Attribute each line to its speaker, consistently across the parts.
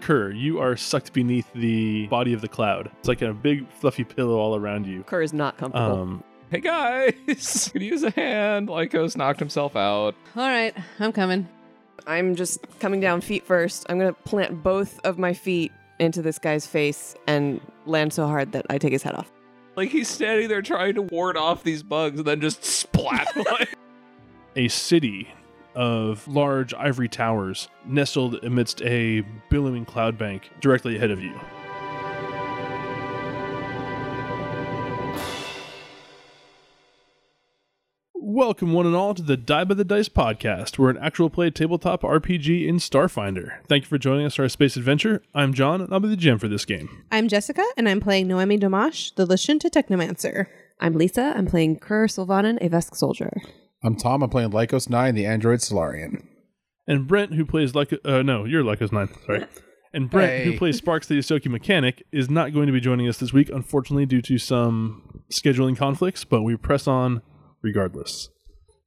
Speaker 1: Kerr, you are sucked beneath the body of the cloud. It's like a big fluffy pillow all around you.
Speaker 2: Kerr is not comfortable.
Speaker 1: Um,
Speaker 3: Hey guys, could use a hand. Lycos knocked himself out.
Speaker 4: All right, I'm coming.
Speaker 2: I'm just coming down feet first. I'm going to plant both of my feet into this guy's face and land so hard that I take his head off.
Speaker 3: Like he's standing there trying to ward off these bugs and then just splat. like,
Speaker 1: a city of large ivory towers nestled amidst a billowing cloud bank directly ahead of you. Welcome, one and all, to the Die by the Dice podcast. We're an actual play tabletop RPG in Starfinder. Thank you for joining us for our space adventure. I'm John, and I'll be the GM for this game.
Speaker 4: I'm Jessica, and I'm playing Noemi Domash, the Lushin to Technomancer.
Speaker 2: I'm Lisa. I'm playing Kerr Sylvanan, a Vesk soldier.
Speaker 5: I'm Tom. I'm playing Lycos 9, the android Solarian.
Speaker 1: And Brent, who plays like uh, no, you're Lycos Nine, sorry. And Brent, who
Speaker 5: Hey.
Speaker 1: plays Sparks the Yosoki mechanic, is not going to be joining us this week, unfortunately, due to some scheduling conflicts. But we press on regardless.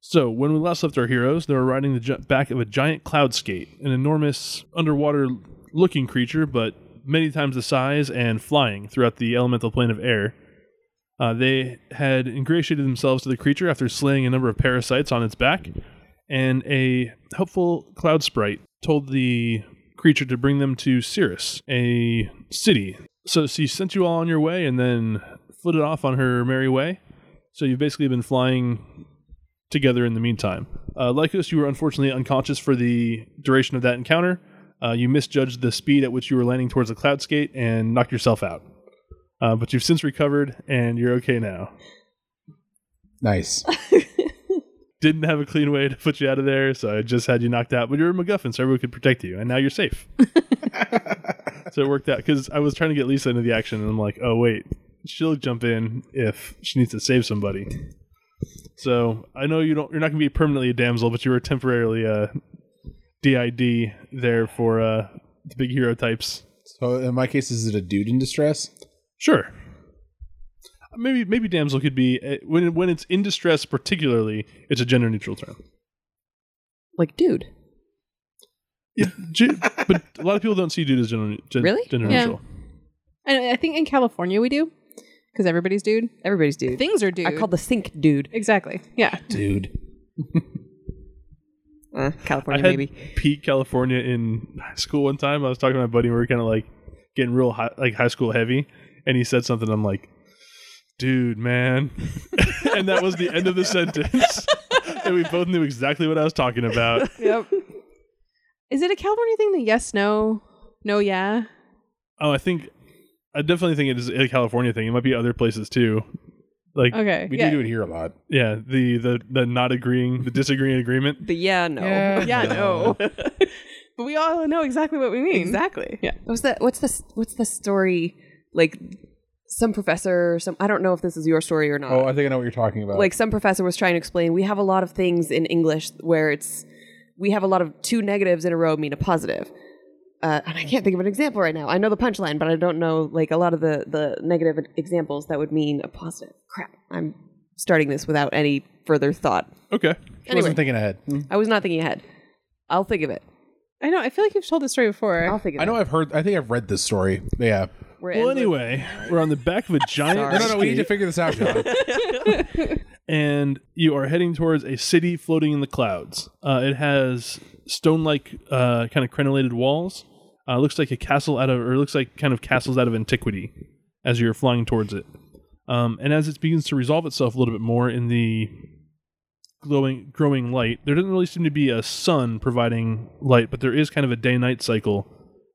Speaker 1: So when we last left our heroes, they were riding the gi- back of a giant cloudscape, an enormous underwater-looking creature, but many times the size and flying throughout the elemental plane of air. Uh, they had ingratiated themselves to the creature after slaying a number of parasites on its back, and a helpful cloud sprite told the creature to bring them to Cirrus, a city. So she sent you all on your way and then flitted off on her merry way. So you've basically been flying together in the meantime. Uh, Lycos, you were unfortunately unconscious for the duration of that encounter. Uh, you misjudged the speed at which you were landing towards the cloudscape and knocked yourself out. Uh, but you've since recovered and you're okay now.
Speaker 5: Nice.
Speaker 1: didn't have a clean way to put you out of there, so I just had you knocked out. But you were a MacGuffin, so everyone could protect you, and now you're safe. so it worked out because I was trying to get Lisa into the action, and I'm like, oh wait, she'll jump in if she needs to save somebody. So I know you don't. You're not going to be permanently a damsel, but you were temporarily a DID there for uh, the big hero types.
Speaker 5: so in my case, is it a dude in distress?
Speaker 1: Sure. Maybe maybe damsel could be uh, when when it's in distress, particularly, it's a gender neutral term.
Speaker 2: Like, dude.
Speaker 1: Yeah, ju- but a lot of people don't see dude as gender, gen-
Speaker 2: Really?
Speaker 1: gender
Speaker 4: Yeah.
Speaker 1: neutral.
Speaker 4: And I think in California we do, because everybody's dude.
Speaker 2: Everybody's dude.
Speaker 4: Things are dude.
Speaker 2: I called the sink dude.
Speaker 4: exactly. Yeah.
Speaker 5: Dude.
Speaker 2: Uh,
Speaker 1: I
Speaker 2: California,
Speaker 1: had
Speaker 2: maybe.
Speaker 1: peak California in high school one time. I was talking to my buddy. and We were kind of like getting real high, like high school heavy, and he said something. I'm like, dude, man, and that was the end of the sentence. and we both knew exactly what I was talking about.
Speaker 4: Yep. Is it a California thing? The yes, no, no, yeah.
Speaker 1: Oh, I think I definitely think it is a California thing. It might be other places too. Like,
Speaker 4: Okay.
Speaker 5: We
Speaker 4: yeah.
Speaker 5: do do it here a lot.
Speaker 1: yeah, the the the not agreeing, the disagreeing agreement.
Speaker 2: The yeah, no.
Speaker 4: Yeah, no. but we all know exactly what we mean.
Speaker 2: Exactly.
Speaker 4: Yeah.
Speaker 2: What's that? What's the What's the story? Like, some professor. Some I don't know if this is your story or not.
Speaker 5: Oh, I think I know what you're talking about.
Speaker 2: like some professor was trying to explain. We have a lot of things in English where it's we have a lot of two negatives in a row mean a positive. Uh, and I can't think of an example right now. I know the punchline, but I don't know like a lot of the the negative examples that would mean a positive. Crap. I'm starting this without any further thought.
Speaker 1: Okay.
Speaker 5: she wasn't thinking ahead.
Speaker 2: I was not thinking ahead. I'll think of it.
Speaker 4: I know. I feel like you've told this story before.
Speaker 2: I'll think of
Speaker 5: I know
Speaker 2: it.
Speaker 5: I've heard, I think I've read this story. Yeah.
Speaker 2: We're
Speaker 1: Well,
Speaker 2: endless-
Speaker 1: anyway, we're on the back of a giant.
Speaker 5: No, no, no. We need to
Speaker 1: escape,
Speaker 5: figure this out, John.
Speaker 1: and you are heading towards a city floating in the clouds. Uh, it has stone-like, uh, kind of crenellated walls. Uh, looks like a castle out of, or looks like kind of castles out of antiquity, as you're flying towards it. Um, and as it begins to resolve itself a little bit more in the glowing, growing light, there doesn't really seem to be a sun providing light, but there is kind of a day-night cycle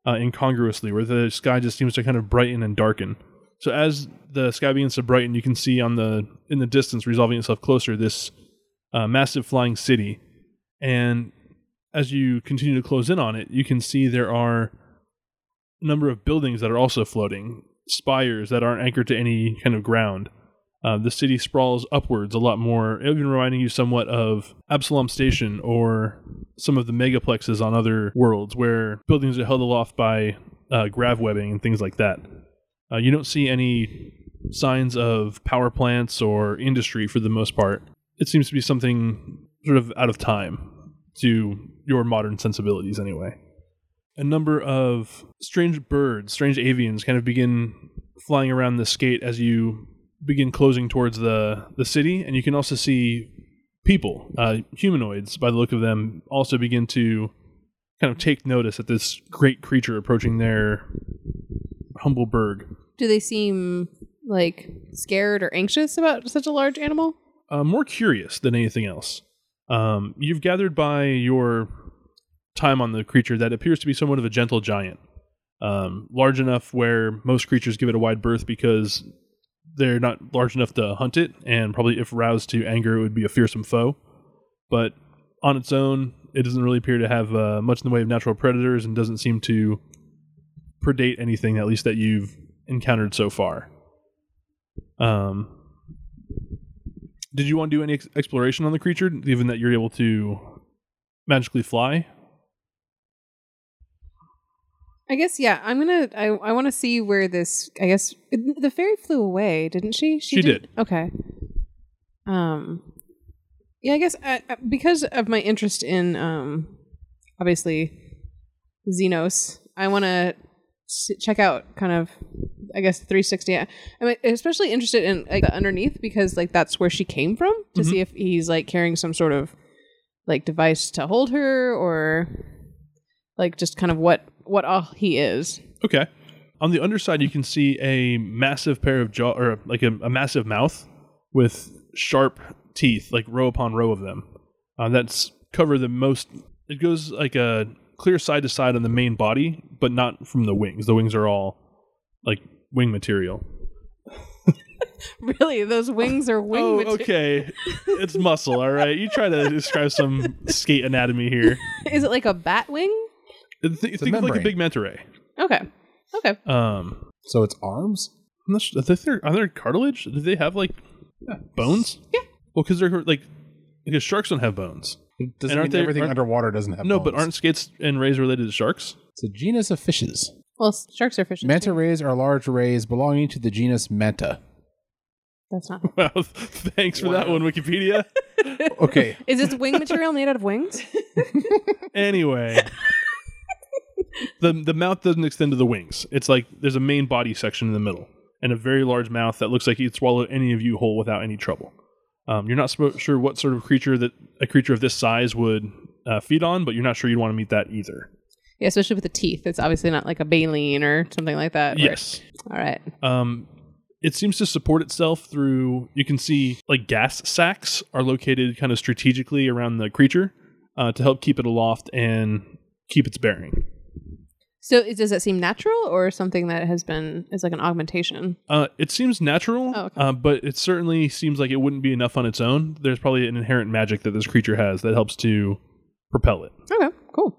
Speaker 1: uh, incongruously, where the sky just seems to kind of brighten and darken. So as the sky begins to brighten, you can see on the in the distance, resolving itself closer, this uh, massive flying city. And as you continue to close in on it, you can see there are a number of buildings that are also floating, spires that aren't anchored to any kind of ground. Uh, the city sprawls upwards a lot more, even reminding you somewhat of Absalom Station or some of the megaplexes on other worlds where buildings are held aloft by uh, grav webbing and things like that. Uh, you don't see any signs of power plants or industry for the most part. It seems to be something sort of out of time to your modern sensibilities, anyway. a number of strange birds, strange avians, kind of begin flying around this gate as you begin closing towards the the city, and you can also see people, uh, humanoids, by the look of them, also begin to kind of take notice at this great creature approaching their humble burg.
Speaker 4: Do they seem like scared or anxious about such a large animal?
Speaker 1: uh, more curious than anything else. Um, you've gathered by your time on the creature that appears to be somewhat of a gentle giant, um, large enough where most creatures give it a wide berth because they're not large enough to hunt it, and probably if roused to anger, it would be a fearsome foe. But on its own, it doesn't really appear to have uh, much in the way of natural predators and doesn't seem to predate anything, at least that you've encountered so far. Um, did you want to do any ex- exploration on the creature, given that you're able to magically fly?
Speaker 4: I guess yeah. I'm gonna. I, I want to see where this. I guess the fairy flew away, didn't she?
Speaker 1: She
Speaker 4: didn't- Okay. Um. Yeah, I guess I, I- because of my interest in um, obviously, Xenos, I want to s- check out kind of, I guess 360. I- I'm especially interested in like the underneath because like that's where she came from to see if he's like carrying some sort of like device to hold her or like just kind of what what all he is.
Speaker 1: Okay. On the underside, you can see a massive pair of jaw, or like a, a massive mouth with sharp teeth, like row upon row of them. Uh, that's cover the most. It goes like a clear side to side on the main body, but not from the wings. The wings are all like wing material.
Speaker 4: Really, those wings are wing.
Speaker 1: oh,
Speaker 4: mater-
Speaker 1: okay. it's muscle. All right. You try to describe some skate anatomy here.
Speaker 4: Is it like a bat wing?
Speaker 1: Th-
Speaker 5: a
Speaker 1: think of like a
Speaker 5: membrane.
Speaker 1: big manta ray.
Speaker 4: Okay. Okay.
Speaker 1: Um,
Speaker 5: So it's arms?
Speaker 1: I'm not sure, are, there, are there cartilage? Do they have like bones? Yeah. Well, because they're like because sharks don't have bones.
Speaker 5: It doesn't
Speaker 1: And aren't
Speaker 5: mean
Speaker 1: they-
Speaker 5: everything
Speaker 1: aren't-
Speaker 5: underwater doesn't have
Speaker 1: no,
Speaker 5: bones.
Speaker 1: but aren't skates and rays related to sharks?
Speaker 5: It's a genus of fishes.
Speaker 4: Well, s- sharks are fishes.
Speaker 5: Manta rays are large rays belonging to the genus Manta.
Speaker 4: That's not.
Speaker 1: Wow. Thanks for that one, Wikipedia.
Speaker 5: Okay.
Speaker 4: Is its wing material made out of wings?
Speaker 1: anyway. The, the mouth doesn't extend to the wings. It's like there's a main body section in the middle and a very large mouth that looks like he'd swallow any of you whole without any trouble. Um, you're not spo- sure what sort of creature that a creature of this size would uh, feed on, but you're not sure you'd want to meet that either.
Speaker 4: Yeah, especially with the teeth. It's obviously not like a baleen or something like that. where-
Speaker 1: Yes.
Speaker 4: All right.
Speaker 1: Um, it seems to support itself through. You can see like gas sacks are located kind of strategically around the creature uh, to help keep it aloft and keep its bearing.
Speaker 4: So, is, does that seem natural or something that has been is like an augmentation?
Speaker 1: Uh, it seems natural,
Speaker 4: Oh, okay.
Speaker 1: uh, but it certainly seems like it wouldn't be enough on its own. There's probably an inherent magic that this creature has that helps to propel it.
Speaker 4: Okay. Cool.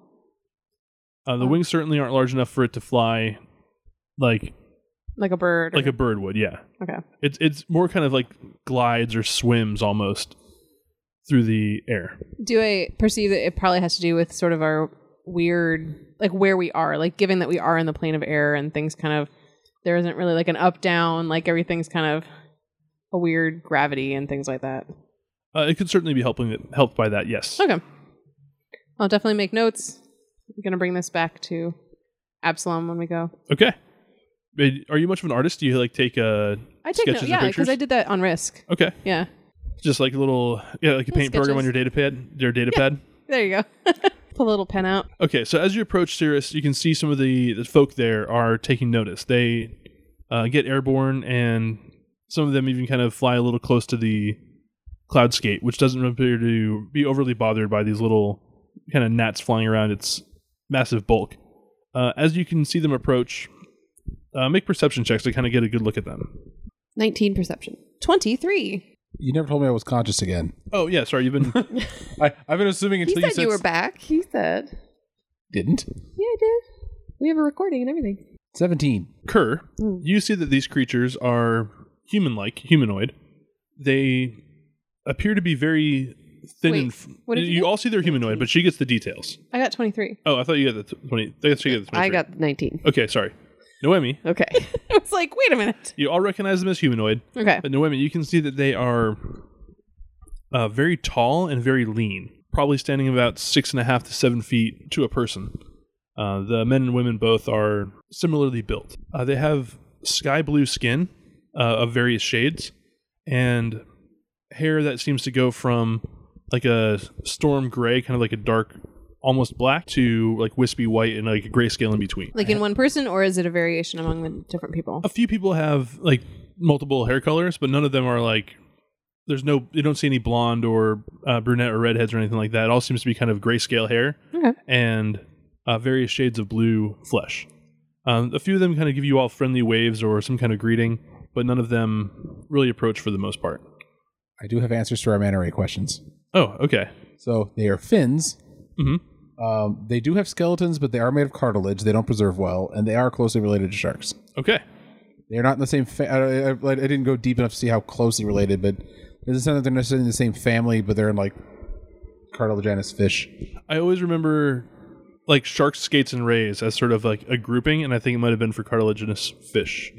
Speaker 1: Uh,
Speaker 4: Oh.
Speaker 1: the wings certainly aren't large enough for it to fly like
Speaker 4: Like a bird.
Speaker 1: like a bird would. Yeah,
Speaker 4: a okay.
Speaker 1: it's it's more kind of like glides or swims almost through the air.
Speaker 4: Do I perceive that it probably has to do with sort of our weird, like where we are, like given that we are in the plane of air and things kind of, there isn't really like an up down, like everything's kind of a weird gravity and things like that.
Speaker 1: Uh, it could certainly be helping it, helped by that. Yes.
Speaker 4: Okay. I'll definitely make notes. I'm going to bring this back to Absalom when we go.
Speaker 1: Okay. But Are you much of an artist? Do you like take uh
Speaker 4: I take notes,
Speaker 1: Sketches or
Speaker 4: yeah, because
Speaker 1: pictures?
Speaker 4: I did that on Risk.
Speaker 1: okay,
Speaker 4: Yeah.
Speaker 1: just like a little yeah, like a paint program on your
Speaker 4: sketches.
Speaker 1: data pad, your data pad.
Speaker 4: There you go. Pull a little pen out.
Speaker 1: Okay, so as you approach Cirrus, you can see some of the, the folk there are taking notice. They uh, get airborne, and some of them even kind of fly a little close to the cloudscape, which doesn't appear to be overly bothered by these little kind of gnats flying around its massive bulk. Uh, as you can see them approach, uh, make perception checks to kind of get a good look at them.
Speaker 2: 19 perception.
Speaker 4: 23.
Speaker 5: You never told me I was conscious again.
Speaker 1: Oh yeah, sorry. You've been
Speaker 5: I, I've been assuming
Speaker 2: He
Speaker 5: until
Speaker 2: said
Speaker 5: you said
Speaker 2: you were
Speaker 5: s-
Speaker 2: back. He said.
Speaker 5: didn't.
Speaker 2: Yeah, I did. We have a recording and everything.
Speaker 5: Seventeen.
Speaker 1: Kerr.
Speaker 4: Hmm.
Speaker 1: You see that these creatures are human-like, humanoid. They appear to be very thin
Speaker 4: Wait,
Speaker 1: and. F-
Speaker 4: what did you
Speaker 1: you
Speaker 4: get?
Speaker 1: all see they're humanoid, but she gets the details.
Speaker 4: I got 23.
Speaker 1: Oh, I thought you got the t- twenty. I guess she got the
Speaker 2: I
Speaker 1: 23.
Speaker 2: got 19.
Speaker 1: Okay, sorry, Noemi.
Speaker 2: Okay.
Speaker 4: I was like, wait a minute.
Speaker 1: You all recognize them as humanoid,
Speaker 4: Okay.
Speaker 1: but Noemi, you can see that they are uh, very tall and very lean, probably standing about six and a half to seven feet to a person. Uh, the men and women both are similarly built. Uh, they have sky blue skin uh, of various shades and hair that seems to go from like a storm gray, kind of like a dark, almost black, to like wispy white and like a grayscale in between.
Speaker 4: Like in one person, or is it a variation among the different people?
Speaker 1: A few people have like multiple hair colors, but none of them are like. There's no, you don't see any blonde or uh, brunette or redheads or anything like that. It all seems to be kind of grayscale hair
Speaker 4: Okay.
Speaker 1: and uh, various shades of blue flesh. Um, a few of them kind of give you all friendly waves or some kind of greeting, but none of them really approach for the most part.
Speaker 5: I do have answers to our manta ray questions.
Speaker 1: Oh, okay.
Speaker 5: So they are fins.
Speaker 1: Mhm.
Speaker 5: Um, they do have skeletons, but they are made of cartilage. They don't preserve well, and they are closely related to sharks.
Speaker 1: Okay.
Speaker 5: They're not in the same. Fa- I, I, I didn't go deep enough to see how closely related, but it doesn't sound that they're necessarily in the same family. But they're in like cartilaginous fish.
Speaker 1: I always remember like sharks, skates, and rays as sort of like a grouping, and I think it might have been for cartilaginous fish.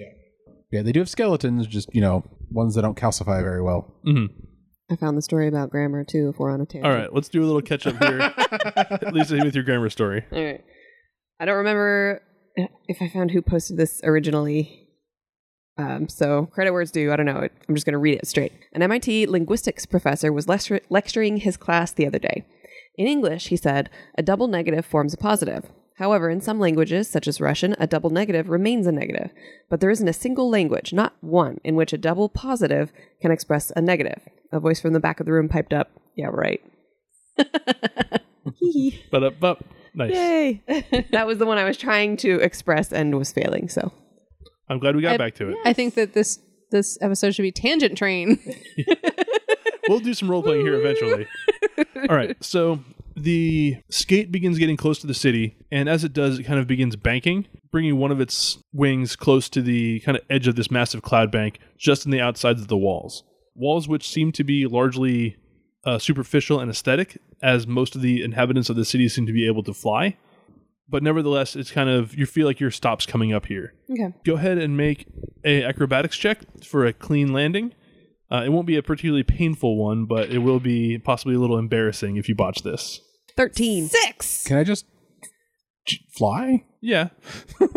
Speaker 5: Yeah, they do have skeletons, just you know, ones that don't calcify very well.
Speaker 2: I found the story about grammar too. If we're on a tangent,
Speaker 1: All right, let's do a little catch up here. Lisa, with your grammar story.
Speaker 2: All right. I don't remember if I found who posted this originally. Um, so credit where it's due. I don't know. I'm just going to read it straight. An MIT linguistics professor was lectur- lecturing his class the other day. In English, he said, a double negative forms a positive. However, in some languages, such as Russian, a double negative remains a negative. But there isn't a single language, not one, in which a double positive can express a negative. A voice from the back of the room piped up, Yeah, right.
Speaker 1: But up, up. Nice.
Speaker 2: Yay! that was the one I was trying to express and was failing. So
Speaker 1: I'm glad we got
Speaker 4: I-
Speaker 1: back to it.
Speaker 4: I think that this this episode should be tangent train.
Speaker 1: We'll do some role playing here eventually. All right. So the skate begins getting close to the city, and as it does, it kind of begins banking, bringing one of its wings close to the kind of edge of this massive cloud bank, just in the outsides of the walls. Walls which seem to be largely uh, superficial and aesthetic, as most of the inhabitants of the city seem to be able to fly. But nevertheless, it's kind of you feel like your stops coming up here
Speaker 4: okay.
Speaker 1: go ahead and make a acrobatics check for a clean landing. Uh, it won't be a particularly painful one, but it will be possibly a little embarrassing if you botch this.
Speaker 2: thirteen.
Speaker 4: Six.
Speaker 5: Can I just j- fly?
Speaker 1: Yeah. I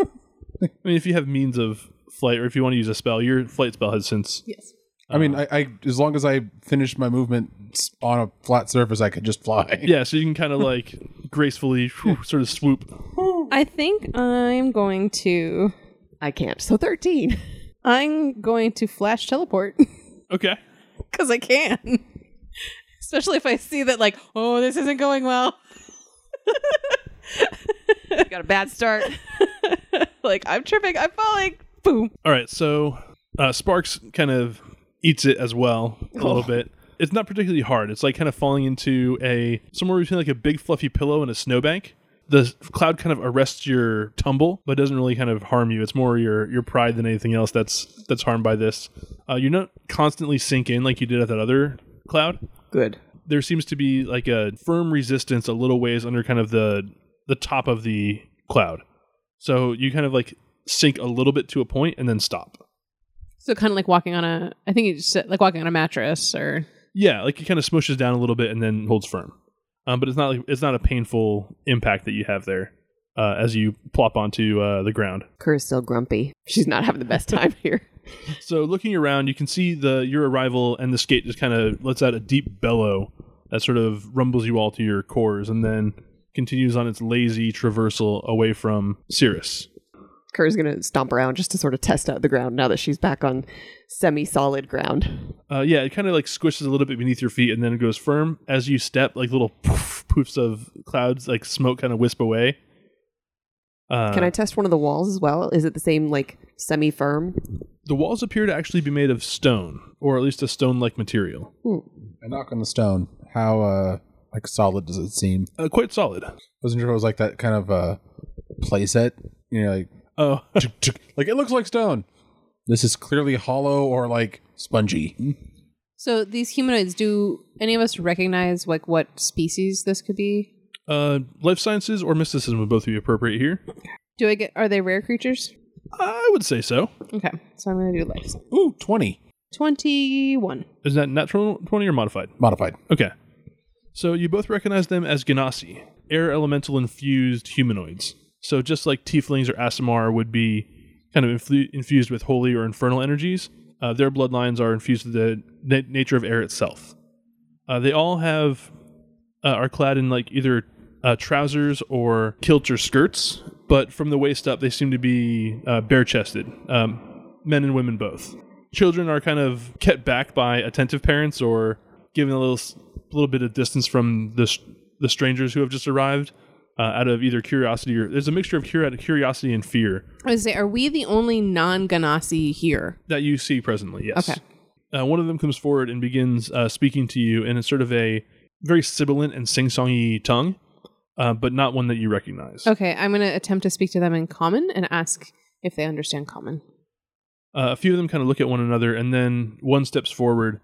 Speaker 1: mean, if you have means of flight, or if you want to use a spell, your flight spell has since.
Speaker 4: Yes.
Speaker 5: I mean, I, I as long as I finish my movement s- on a flat surface, I could just fly.
Speaker 1: Yeah, so you can kind of like gracefully whew, sort of swoop.
Speaker 4: I think I'm going to
Speaker 2: I can't. So thirteen.
Speaker 4: I'm going to flash teleport
Speaker 1: Okay.
Speaker 4: because I can. Especially if I see that like, oh, this isn't going well.
Speaker 2: Got a bad start.
Speaker 4: like I'm tripping, I'm falling. Boom.
Speaker 1: All right, so uh, Sparks kind of eats it as well a little bit. It's not particularly hard. It's like kind of falling into a somewhere between like a big fluffy pillow and a snowbank. The s- cloud kind of arrests your tumble, but doesn't really kind of harm you. It's more your your pride than anything else that's that's harmed by this. Uh, you're not constantly sink in like you did at that other cloud.
Speaker 2: Good.
Speaker 1: There seems to be like a firm resistance a little ways under kind of the the top of the cloud. So you kind of like sink a little bit to a point and then stop.
Speaker 4: So kind of like walking on a I think you said like walking on a mattress or
Speaker 1: Yeah, like it kind of smushes down a little bit and then holds firm. Um, but it's not like it's not a painful impact that you have there uh, as you plop onto uh, the ground.
Speaker 2: Kerr's still grumpy. She's not having the best time here.
Speaker 1: So looking around, you can see the your arrival and the skate just kind of lets out a deep bellow that sort of rumbles you all to your cores and then continues on its lazy traversal away from Cirrus.
Speaker 2: Kerr's gonna stomp around just to sort of test out the ground now that she's back on semi-solid ground.
Speaker 1: Uh, yeah, it kind of like squishes a little bit beneath your feet and then it goes firm. As you step, like little poof, poofs of clouds, like smoke kind of wisp away. Uh,
Speaker 2: Can I test one of the walls as well? Is it the same like semi-firm?
Speaker 1: The walls appear to actually be made of stone, or at least a stone like material.
Speaker 5: I knock on the stone. How uh like solid does it seem?
Speaker 1: Uh, quite solid.
Speaker 5: Wasn't sure if it was like that kind of uh playset. You know, like
Speaker 1: Oh,
Speaker 5: tuk, tuk. like it looks like stone. This is clearly hollow or like spongy.
Speaker 4: So these humanoids, do any of us recognize like what species this could be?
Speaker 1: uh, life sciences or mysticism would both be appropriate here.
Speaker 4: Do I get are they rare creatures?
Speaker 1: I would say so.
Speaker 4: Okay. So I'm gonna do life.
Speaker 5: Ooh, twenty
Speaker 4: Twenty one.
Speaker 1: Is that natural 20 or modified?
Speaker 5: modified.
Speaker 1: Okay. So you both recognize them as Ganassi, air elemental infused humanoids. So just like tieflings or Asimar would be kind of influ- infused with holy or infernal energies, uh, their bloodlines are infused with the na- nature of air itself. Uh, they all have uh, are clad in like either uh, trousers or kilts or skirts, but from the waist up, they seem to be uh, bare chested, um, men and women both. Children are kind of kept back by attentive parents or given a little s- little bit of distance from the, s- the strangers who have just arrived uh, out of either curiosity or there's a mixture of curi- curiosity and fear
Speaker 4: I would say, are we the only non Ganassi here?
Speaker 1: that you see presently, yes.
Speaker 4: Okay.
Speaker 1: Uh, one of them comes forward and begins uh, speaking to you in a sort of a very sibilant and sing-songy tongue, uh, but not one that you recognize.
Speaker 4: Okay, I'm going to attempt to speak to them in common and ask if they understand common.
Speaker 1: Uh, a few of them kind of look at one another, and then one steps forward.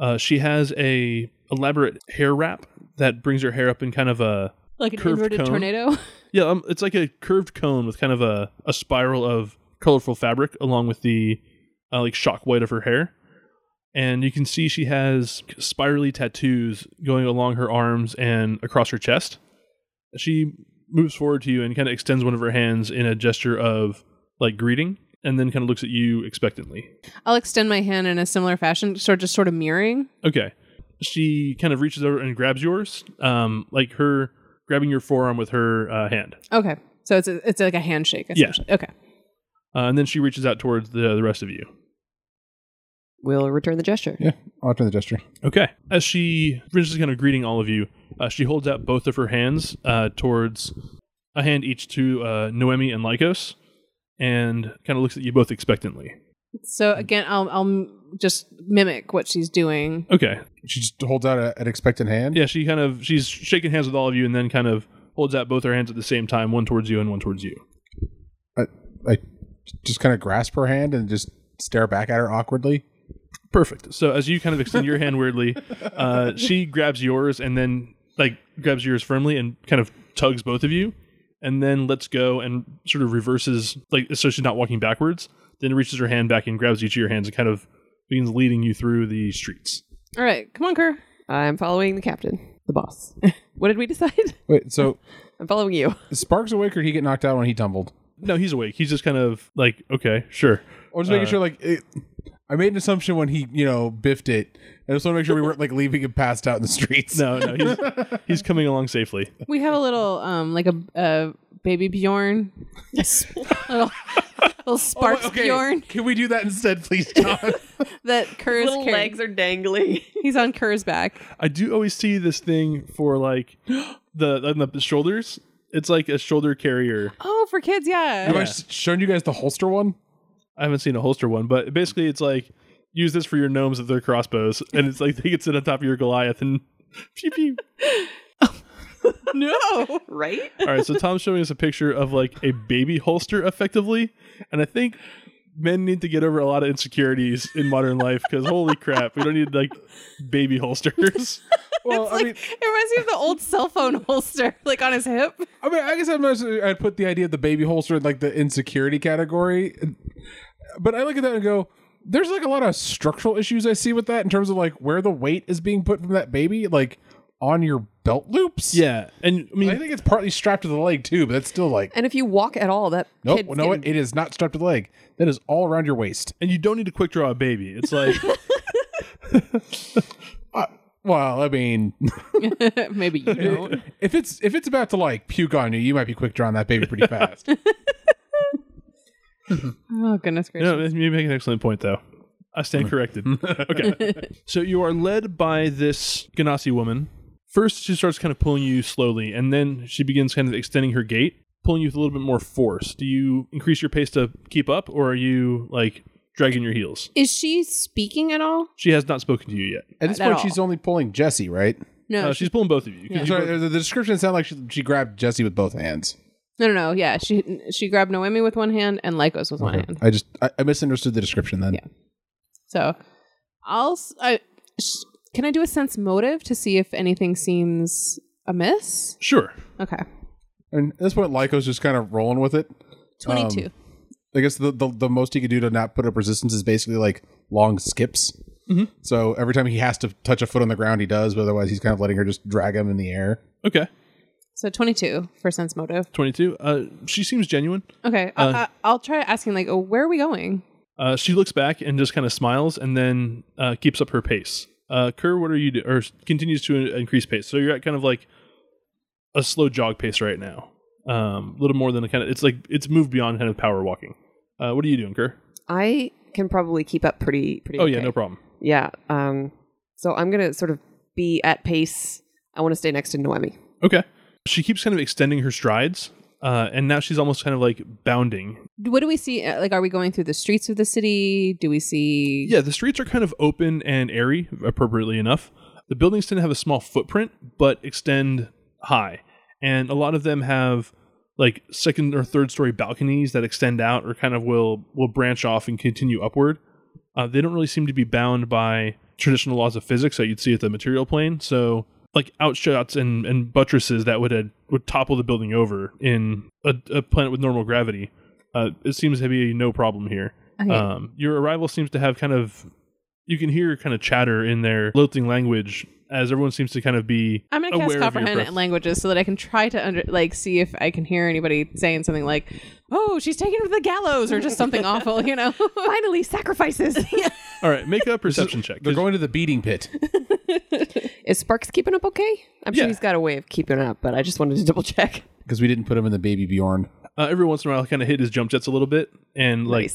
Speaker 1: Uh, she has a elaborate hair wrap that brings her hair up in kind of a
Speaker 4: Like an
Speaker 1: Curved
Speaker 4: inverted
Speaker 1: cone.
Speaker 4: tornado?
Speaker 1: yeah, um, it's like a curved cone with kind of a, a spiral of colorful fabric along with the uh, like shock white of her hair. And you can see she has spirally tattoos going along her arms and across her chest. She moves forward to you and kind of extends one of her hands in a gesture of like greeting and then kind of looks at you expectantly.
Speaker 4: I'll extend my hand in a similar fashion, sort of just sort of mirroring.
Speaker 1: Okay. She kind of reaches over and grabs yours, um, like her grabbing your forearm with her uh, hand.
Speaker 4: Okay, so it's a, it's like a handshake.
Speaker 1: Yeah.
Speaker 4: Essentially. Okay.
Speaker 1: Uh, and then she reaches out towards the, the rest of you.
Speaker 2: We'll return the gesture.
Speaker 5: Yeah, I'll turn the gesture.
Speaker 1: Okay. As she finishes kind of greeting all of you, uh, she holds out both of her hands uh, towards a hand each to uh, Noemi and Lycos and kind of looks at you both expectantly.
Speaker 4: So again, I'll I'll m- just mimic what she's doing.
Speaker 1: Okay.
Speaker 5: She just holds out a, an expectant hand.
Speaker 1: Yeah, she kind of, she's shaking hands with all of you and then kind of holds out both her hands at the same time, one towards you and one towards you.
Speaker 5: I, I just kind of grasp her hand and just stare back at her awkwardly.
Speaker 1: Perfect. So as you kind of extend your hand weirdly, uh, she grabs yours and then like grabs yours firmly and kind of tugs both of you, and then lets go and sort of reverses like so she's not walking backwards. Then reaches her hand back and grabs each of your hands and kind of begins leading you through the streets.
Speaker 4: All right, come on, Kerr.
Speaker 2: I'm following the captain, the boss. what did we decide?
Speaker 5: Wait, so
Speaker 2: I'm following you.
Speaker 5: Sparks awake or he get knocked out when he tumbled?
Speaker 1: No, he's awake. He's just kind of like, okay, sure.
Speaker 5: Or just making sure, like, it, I made an assumption when he, you know, biffed it. I just want to make sure we weren't like leaving him passed out in the streets.
Speaker 1: No, no, he's he's coming along safely.
Speaker 4: We have a little um like a, a baby Bjorn, yes, little, little sparks Bjorn
Speaker 5: Can we do that instead, please, John?
Speaker 4: that Kerr's
Speaker 2: Little legs are dangling.
Speaker 4: He's on Kerr's back.
Speaker 1: I do always see this thing for like the on the shoulders. It's like a shoulder carrier.
Speaker 4: Oh, for kids, yeah.
Speaker 5: Have I s- shown you guys the holster one?
Speaker 1: I haven't seen a holster one, but basically it's like use this for your gnomes with their crossbows, and it's like they can sit on top of your Goliath and pew pew.
Speaker 4: No,
Speaker 2: Right?
Speaker 1: All right, so Tom's showing us a picture of like a baby holster, effectively, and I think men need to get over a lot of insecurities in modern life because holy crap, we don't need like baby holsters.
Speaker 5: Well, I
Speaker 4: like,
Speaker 5: mean,
Speaker 4: it reminds me of the old cell phone holster, like on his hip.
Speaker 5: I mean, I guess I'm not, I'd put the idea of the baby holster in like the insecurity category, but I look at that and go, "There's like a lot of structural issues I see with that in terms of like where the weight is being put from that baby, like on your belt loops."
Speaker 1: Yeah, and I mean,
Speaker 5: I think it's partly strapped to the leg too, but that's still like,
Speaker 2: And if you walk at all, that
Speaker 5: nope,
Speaker 2: kid's
Speaker 5: no,
Speaker 2: getting-
Speaker 5: it, it is not strapped to the leg. That is all around your waist.
Speaker 1: and you don't need to quick draw a baby. It's like
Speaker 5: Well, I mean,
Speaker 4: Maybe you don't.
Speaker 5: if it's if it's about to like puke on you, you might be quick drawing that baby pretty fast.
Speaker 4: oh goodness gracious!
Speaker 1: No, you make an excellent point, though. I stand corrected. okay. So you are led by this Ganassi woman. First, she starts kind of pulling you slowly, and then she begins kind of extending her gait, pulling you with a little bit more force. Do you increase your pace to keep up, or are you like dragging your heels?
Speaker 4: Is she speaking at all?
Speaker 1: She has not spoken to you yet.
Speaker 5: At this
Speaker 4: At
Speaker 5: point,
Speaker 4: all.
Speaker 5: she's only pulling Jesse, right?
Speaker 4: No,
Speaker 1: Uh, she's pulling both of you. 'cause you
Speaker 5: Sorry,
Speaker 1: both-
Speaker 5: the the description sounded like she, she grabbed Jesse with both hands.
Speaker 4: No, no, no. Yeah, she she grabbed Noemi with one hand and Lycos with one hand.
Speaker 5: I just I, I misunderstood the description then.
Speaker 4: Yeah. So I'll s- I sh- can I do a sense motive to see if anything seems amiss?
Speaker 1: Sure.
Speaker 4: Okay,
Speaker 5: And at this point, Lyco's just kind of rolling with it. Um,
Speaker 4: twenty two.
Speaker 5: I guess the, the the most he could do to not put up resistance is basically like long skips. So every time he has to touch a foot on the ground, he does. But otherwise, he's kind of letting her just drag him in the air.
Speaker 1: Okay.
Speaker 4: So 22 for sense motive.
Speaker 1: 22. Uh, she seems genuine.
Speaker 4: Okay. I- I, I'll try asking, like, oh, where are we going?
Speaker 1: Uh, she looks back and just kind of smiles and then uh, keeps up her pace. Uh, Kerr, what are you do? Or s- continues to in- increase pace. So you're at kind of like a slow jog pace right now. Um, a little more than a kind of, it's like, it's moved beyond kind of power walking. Uh, what are you doing, Kerr?
Speaker 2: I can probably keep up pretty pretty.
Speaker 1: Oh, yeah,
Speaker 2: okay.
Speaker 1: no problem.
Speaker 2: Yeah. Um. So I'm gonna sort of be at pace. I want to stay next to Noemi.
Speaker 1: Okay. She keeps kind of extending her strides. Uh, and now she's almost kind of like bounding
Speaker 4: What do we see? Uh, Like, are we going through the streets of the city? Do we see.
Speaker 1: Yeah, the streets are kind of open and airy, appropriately enough. The buildings tend to have a small footprint, but extend high. And a lot of them have like second or third story balconies that extend out or kind of will will branch off and continue upward. Uh, they don't really seem to be bound by traditional laws of physics that you'd see at the material plane. So like outshots and, and buttresses that would uh, would topple the building over in a, a planet with normal gravity. Uh, it seems to be no problem here.
Speaker 4: Okay.
Speaker 1: Um, your arrival seems to have kind of you can hear kind of chatter in their lilting language as everyone seems to kind of be
Speaker 4: I'm gonna
Speaker 1: aware of
Speaker 4: cast
Speaker 1: your
Speaker 4: comprehend
Speaker 1: presence.
Speaker 4: languages so that I can try to under like see if I can hear anybody saying something like, "Oh, she's taken to the gallows" or just something awful, you know.
Speaker 2: Finally, sacrifices.
Speaker 1: All right, make a perception check.
Speaker 5: They're going to the beating pit.
Speaker 2: Is Sparks keeping up okay? I'm sure
Speaker 1: Yeah.
Speaker 2: he's got a way of keeping up, but I just wanted to double check.
Speaker 5: Because we didn't put him in the baby Bjorn.
Speaker 1: Uh, every once in a while, kind of hit his jump jets a little bit and like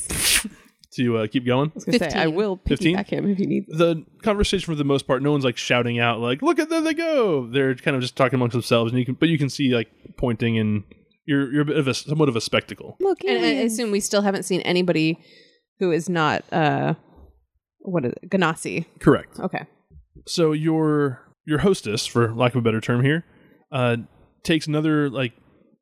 Speaker 1: to uh, keep going.
Speaker 2: I was gonna say, I
Speaker 4: 15.
Speaker 2: will
Speaker 1: 15?
Speaker 2: piggyback him if he needs.
Speaker 1: The conversation, for the most part, no one's like shouting out like "Look at there they go." They're kind of just talking amongst themselves, and you can but you can see like pointing and you're you're a bit of a somewhat of a spectacle.
Speaker 2: Look,
Speaker 4: and I assume we still haven't seen anybody who is not uh, what is it, Ganassi?
Speaker 1: Correct.
Speaker 4: Okay,
Speaker 1: so your your hostess for lack of a better term here uh takes another like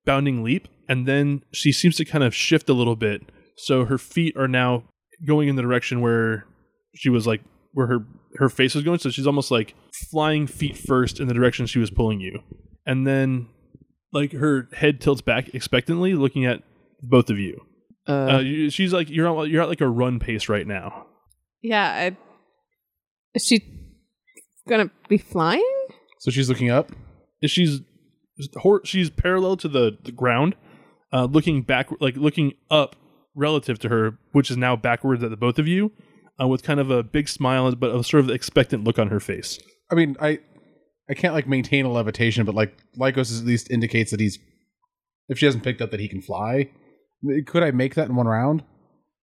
Speaker 1: bounding leap and then she seems to kind of shift a little bit so her feet are now going in the direction where she was like where her her face was going so she's almost like flying feet first in the direction she was pulling you and then like her head tilts back expectantly looking at both of you uh, you- she's like you're at, you're at like a run pace right now
Speaker 4: yeah, I, is she gonna be flying?
Speaker 5: So she's looking up.
Speaker 1: she's hor- she's parallel to the, the ground, uh, looking back, like looking up relative to her, which is now backwards at the both of you, uh, with kind of a big smile, but a sort of expectant look on her face.
Speaker 5: I mean, I I can't like maintain a levitation, but like Lycos is- at least indicates that he's if she hasn't picked up that he can fly. Could I make that in one round?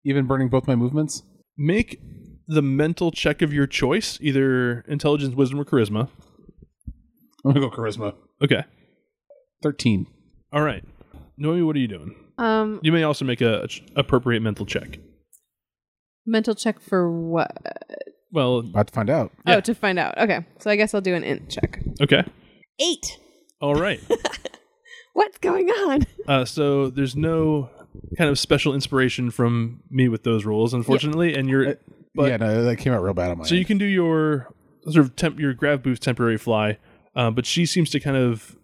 Speaker 5: Even burning both my movements?
Speaker 1: Make the mental check of your choice, either intelligence, wisdom, or charisma.
Speaker 5: I'm gonna go charisma.
Speaker 1: Okay.
Speaker 5: Thirteen.
Speaker 1: All right. Noemi, what are you doing?
Speaker 4: Um,
Speaker 1: You may also make a, a ch- appropriate mental check.
Speaker 4: mental check for what?
Speaker 1: Well,
Speaker 5: About to find out.
Speaker 1: Yeah.
Speaker 4: Oh, to find out. Okay, so I guess I'll do an int check.
Speaker 1: okay.
Speaker 2: eight.
Speaker 1: All right.
Speaker 2: What's going on?
Speaker 1: Uh, so there's no kind of special inspiration from me with those rules, unfortunately. And you're But-
Speaker 5: yeah, no, that came out real bad on my
Speaker 1: so you
Speaker 5: end.
Speaker 1: can do your sort of temp your grav boost temporary fly, uh, but she seems to kind of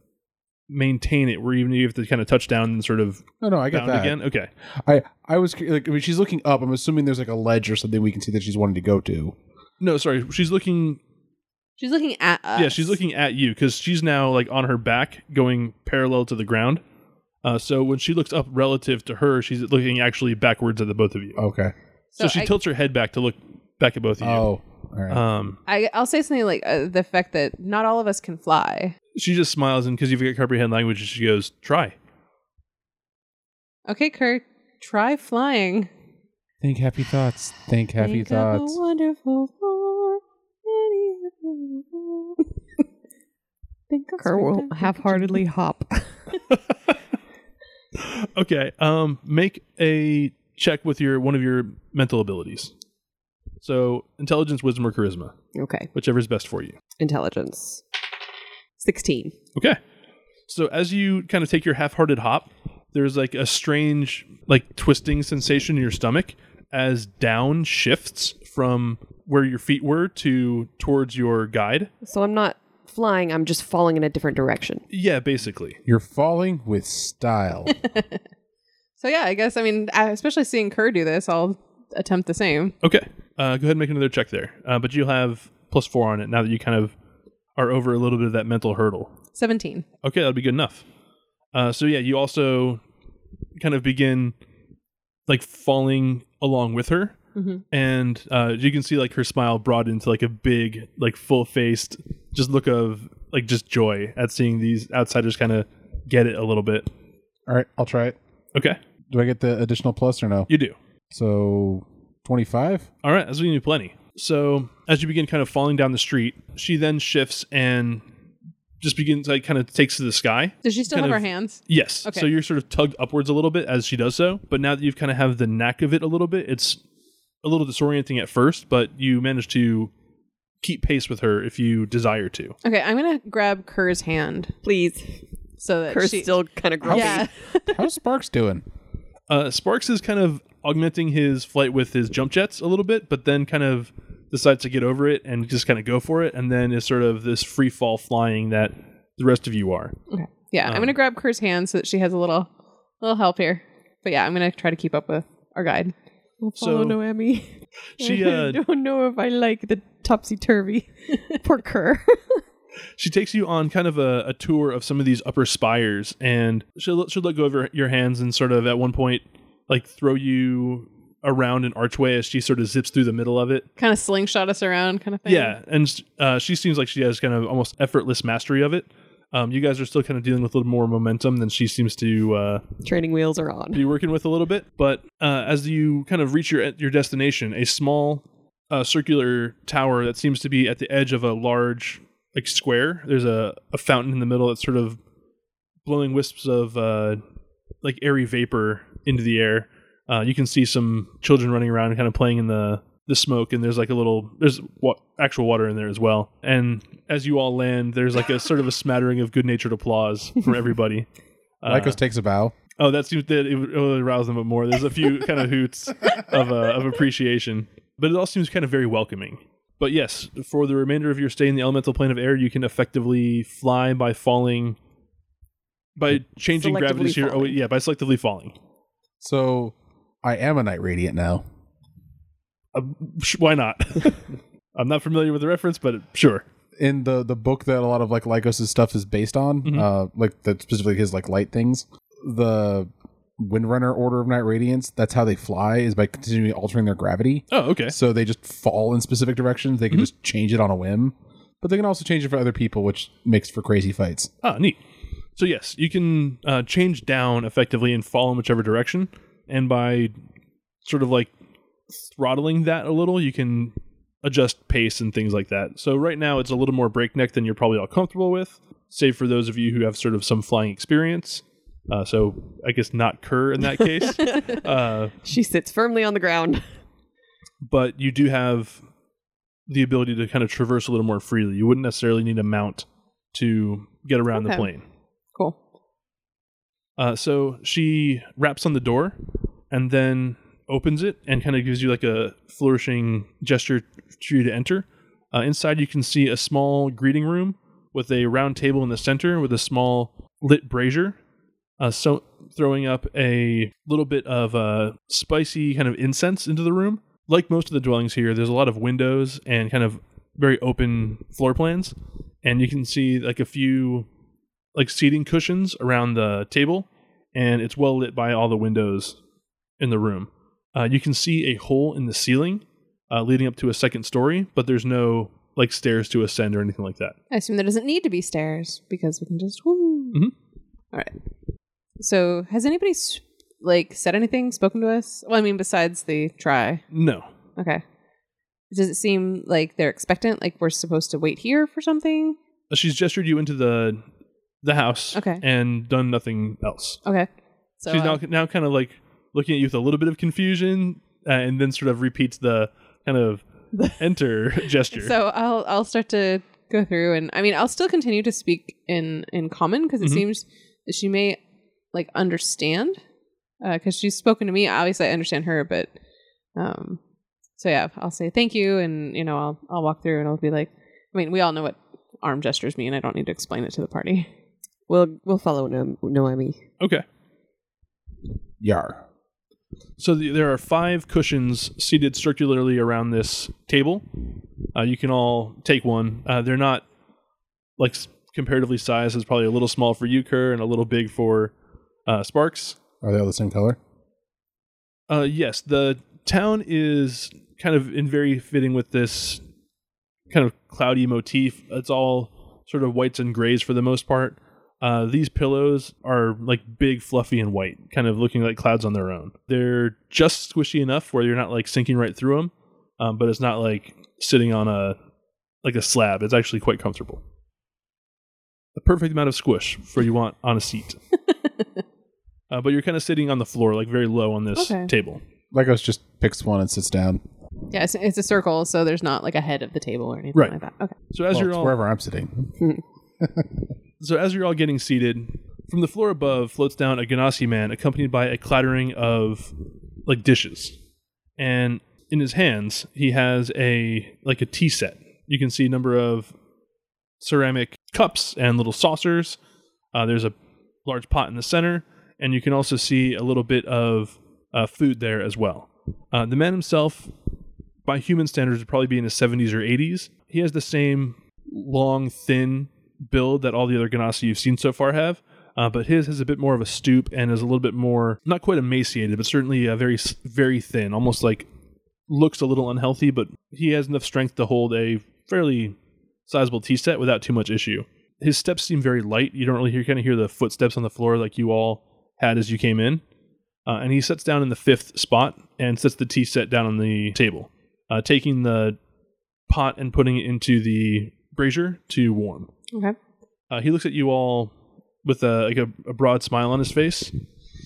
Speaker 1: maintain it where even you have to kind of touch down and sort of
Speaker 5: No, no, I got
Speaker 1: bound
Speaker 5: that.
Speaker 1: again. Okay,
Speaker 5: I I was cu- like, I mean, she's looking up. I'm assuming there's like a ledge or something we can see that she's wanting to go to.
Speaker 1: no, sorry, she's looking.
Speaker 4: She's looking at us.
Speaker 1: Yeah, she's looking at you because she's now like on her back, going parallel to the ground. Uh, so when she looks up relative to her, she's looking actually backwards at the both of you.
Speaker 5: Okay.
Speaker 1: so, she
Speaker 4: I-
Speaker 1: tilts her head back to look back at both of you.
Speaker 5: Oh, all right.
Speaker 1: Um,
Speaker 4: I, I'll say something like uh, the fact that not all of us can fly.
Speaker 1: she just smiles and because you've got comprehend language she goes try
Speaker 4: Okay, Kurt, try flying.
Speaker 5: think happy thoughts. Think happy
Speaker 4: Think of a
Speaker 5: thoughts.
Speaker 4: wonderful world, any other world. Think of
Speaker 2: Kerr will
Speaker 4: springtime.
Speaker 2: half-heartedly hop.
Speaker 1: okay um make a check with your one of your mental abilities so intelligence wisdom or charisma
Speaker 2: okay,
Speaker 1: whichever is best for you
Speaker 2: intelligence. Sixteen.
Speaker 1: okay so as you kind of take your half-hearted hop there's like a strange like twisting sensation in your stomach as down shifts from where your feet were to towards your guide
Speaker 2: So I'm not flying. I'm just falling in a different direction.
Speaker 1: yeah basically
Speaker 5: You're falling with style.
Speaker 4: So yeah, I guess I mean, uh, especially seeing Kerr do this, I'll attempt the same.
Speaker 1: Okay. Uh, go ahead and make another check there. Uh, but you'll have plus four on it now that you kind of are over a little bit of that mental hurdle.
Speaker 4: 17.
Speaker 1: Okay, that'll be good enough. Uh, so yeah, you also kind of begin like falling along with her, and uh, you can see like her smile broaden to like a big, like full faced, just look of like just joy at seeing these outsiders kind of get it a little bit.
Speaker 5: All right, I'll try it.
Speaker 1: Okay,
Speaker 5: Do I get the additional plus or no?
Speaker 1: you do.
Speaker 5: So 25?
Speaker 1: All right, that's what you need plenty. So as you begin kind of falling down the street, she then shifts and just begins like kind of takes to the sky.
Speaker 4: Does she still
Speaker 1: Kind
Speaker 4: have
Speaker 1: of-
Speaker 4: her hands?
Speaker 1: Yes.
Speaker 4: Okay.
Speaker 1: So you're sort of tugged upwards a little bit as she does so, but now that you've kind of have the knack of it a little bit, it's a little disorienting at first, but you manage to keep pace with her if you desire to.
Speaker 4: Okay, I'm going to grab Kerr's hand
Speaker 2: Please.
Speaker 4: so that
Speaker 2: Kerr's
Speaker 4: she-
Speaker 2: still kind of grumpy.
Speaker 4: Yeah.
Speaker 5: How's Sparks doing?
Speaker 1: Uh, Sparks is kind of augmenting his flight with his jump jets a little bit, but then kind of decides to get over it and just kind of go for it, and then is sort of this free fall flying that the rest of you are.
Speaker 4: yeah,
Speaker 1: Um,
Speaker 4: I'm going to grab Kerr's hand so that she has a little little help here. But yeah, I'm going to try to keep up with our guide.
Speaker 1: So-
Speaker 2: Noemi.
Speaker 1: She uh,
Speaker 2: don't know if I like the topsy turvy. Poor Kerr.
Speaker 1: she takes you on kind of a, a tour of some of these upper spires and she'll, she'll let go of her, your hands and sort of at one point like throw you around an archway as she sort of zips through the middle of it
Speaker 4: Kind of slingshot us around kind of thing.
Speaker 1: yeah and uh, she seems like she has kind of almost effortless mastery of it um, you guys are still kind of dealing with a little more momentum than she seems to uh,
Speaker 2: Training wheels are on.
Speaker 1: be working with a little bit. But uh, as you kind of reach your your destination, a small uh, circular tower that seems to be at the edge of a large like square. There's a, a fountain in the middle that's sort of blowing wisps of uh, like airy vapor into the air. Uh, you can see some children running around, kind of playing in the the smoke, and there's like a little there's wa- actual water in there as well. And as you all land, there's like a sort of a smattering of good natured applause from everybody. Uh,
Speaker 5: Lycos takes a bow.
Speaker 1: Oh, that seems that it would it would arouse them up more. There's a few kind of hoots of uh, of appreciation, but it all seems kind of very welcoming. But yes, for the remainder of your stay in the elemental plane of air, you can effectively fly by falling, by changing gravity
Speaker 2: Selectively
Speaker 1: to your. Oh,
Speaker 2: falling.
Speaker 1: yeah, by selectively falling.
Speaker 5: So I am a Night Radiant now.
Speaker 1: Sh- Why not? I'm not familiar with the reference, but sure.
Speaker 5: in the the book that a lot of like Lycos' stuff is based on, uh, like that specifically his like light things, the Windrunner Order of Night Radiance. That's how they fly is by continually altering their gravity.
Speaker 1: Oh, okay.
Speaker 5: So they just fall in specific directions. They can just change it on a whim, but they can also change it for other people, which makes for crazy fights.
Speaker 1: Ah, neat. So yes, you can uh, change down effectively and fall in whichever direction, and by sort of like throttling that a little, you can adjust pace and things like that. So right now, it's a little more breakneck than you're probably all comfortable with, save for those of you who have sort of some flying experience. Uh, so I guess not Kerr in that case, uh,
Speaker 2: She sits firmly on the ground.
Speaker 1: but you do have the ability to kind of traverse a little more freely. You wouldn't necessarily need a mount to get around the
Speaker 4: Okay.
Speaker 1: plane.
Speaker 4: Cool.
Speaker 1: Uh, so she raps on the door and then opens it and kind of gives you like a flourishing gesture to you to enter. Uh, inside, you can see a small greeting room with a round table in the center with a small lit brazier. Uh, so throwing up a little bit of uh, spicy kind of incense into the room. Like most of the dwellings here, there's a lot of windows and kind of very open floor plans, and you can see like a few like seating cushions around the table, and it's well lit by all the windows in the room. Uh, you can see a hole in the ceiling uh, leading up to a second story, but there's no like stairs to ascend or anything like that.
Speaker 4: I assume there doesn't need to be stairs because we can just. Woo.
Speaker 1: Mhm.
Speaker 4: All right. So, has anybody s- like said anything, spoken to us? Well, I mean, besides the try.
Speaker 1: No,
Speaker 4: Okay. Does it seem like they're expectant? Like we're supposed to wait here for something?
Speaker 1: she's gestured you into the the house,
Speaker 4: Okay.
Speaker 1: and done nothing else.
Speaker 4: Okay. So
Speaker 1: she's
Speaker 4: uh,
Speaker 1: now now kind of like looking at you with a little bit of confusion, uh, and then sort of repeats the kind of enter gesture.
Speaker 4: So I'll I'll start to go through, and I mean I'll still continue to speak in in common because it
Speaker 1: Mhm.
Speaker 4: seems that she may like understand because she's spoken to me. Obviously, I understand her, but um, so yeah, I'll say thank you, and you know I'll I'll walk through, and I'll be like, I mean we all know what arm gestures mean. I don't need to explain it to the party.
Speaker 2: We'll we'll follow no- Noemi.
Speaker 1: okay.
Speaker 5: Yar.
Speaker 1: So the, there are five cushions seated circularly around this table. Uh, you can all take one. Uh, they're not like s- comparatively size is probably a little small for you, Kerr, and a little big for uh, Sparks.
Speaker 5: Are they all the same color?
Speaker 1: Uh, yes, the town is kind of in very fitting with this kind of cloudy motif. It's all sort of whites and grays for the most part. Uh, these pillows are like big, fluffy, and white, kind of looking like clouds on their own. They're just squishy enough where you're not like sinking right through them, um, but it's not like sitting on a like a slab. It's actually quite comfortable. The perfect amount of squish for you want on a seat. uh, but you're kind of sitting on the floor, like very low on this
Speaker 4: Okay.
Speaker 1: table.
Speaker 5: Legos just picks one and sits down.
Speaker 4: Yeah, it's, it's a circle, so there's not like a head of the table or anything
Speaker 1: Right.
Speaker 4: like that. Okay.
Speaker 1: So as
Speaker 5: Well,
Speaker 1: you're
Speaker 5: it's
Speaker 1: all
Speaker 5: wherever I'm sitting.
Speaker 1: so as you're all getting seated, from the floor above floats down a Ganassi man accompanied by a clattering of like dishes. And in his hands he has a like a tea set. You can see a number of ceramic cups and little saucers. Uh, there's a large pot in the center, and you can also see a little bit of uh, food there as well. Uh, the man himself, by human standards, would probably be in his 70s or 80s. He has the same long, thin build that all the other Ganassi you've seen so far have, uh, but his has a bit more of a stoop and is a little bit more, not quite emaciated, but certainly uh, very, s- very thin, almost like looks a little unhealthy, but he has enough strength to hold a fairly sizable tea set without too much issue. His steps seem very light. You don't really hear kind of hear the footsteps on the floor like you all had as you came in. Uh, and he sits down in the fifth spot and sets the tea set down on the table, uh, taking the pot and putting it into the brazier to warm.
Speaker 4: Okay.
Speaker 1: Uh, he looks at you all with a, like a, a broad smile on his face,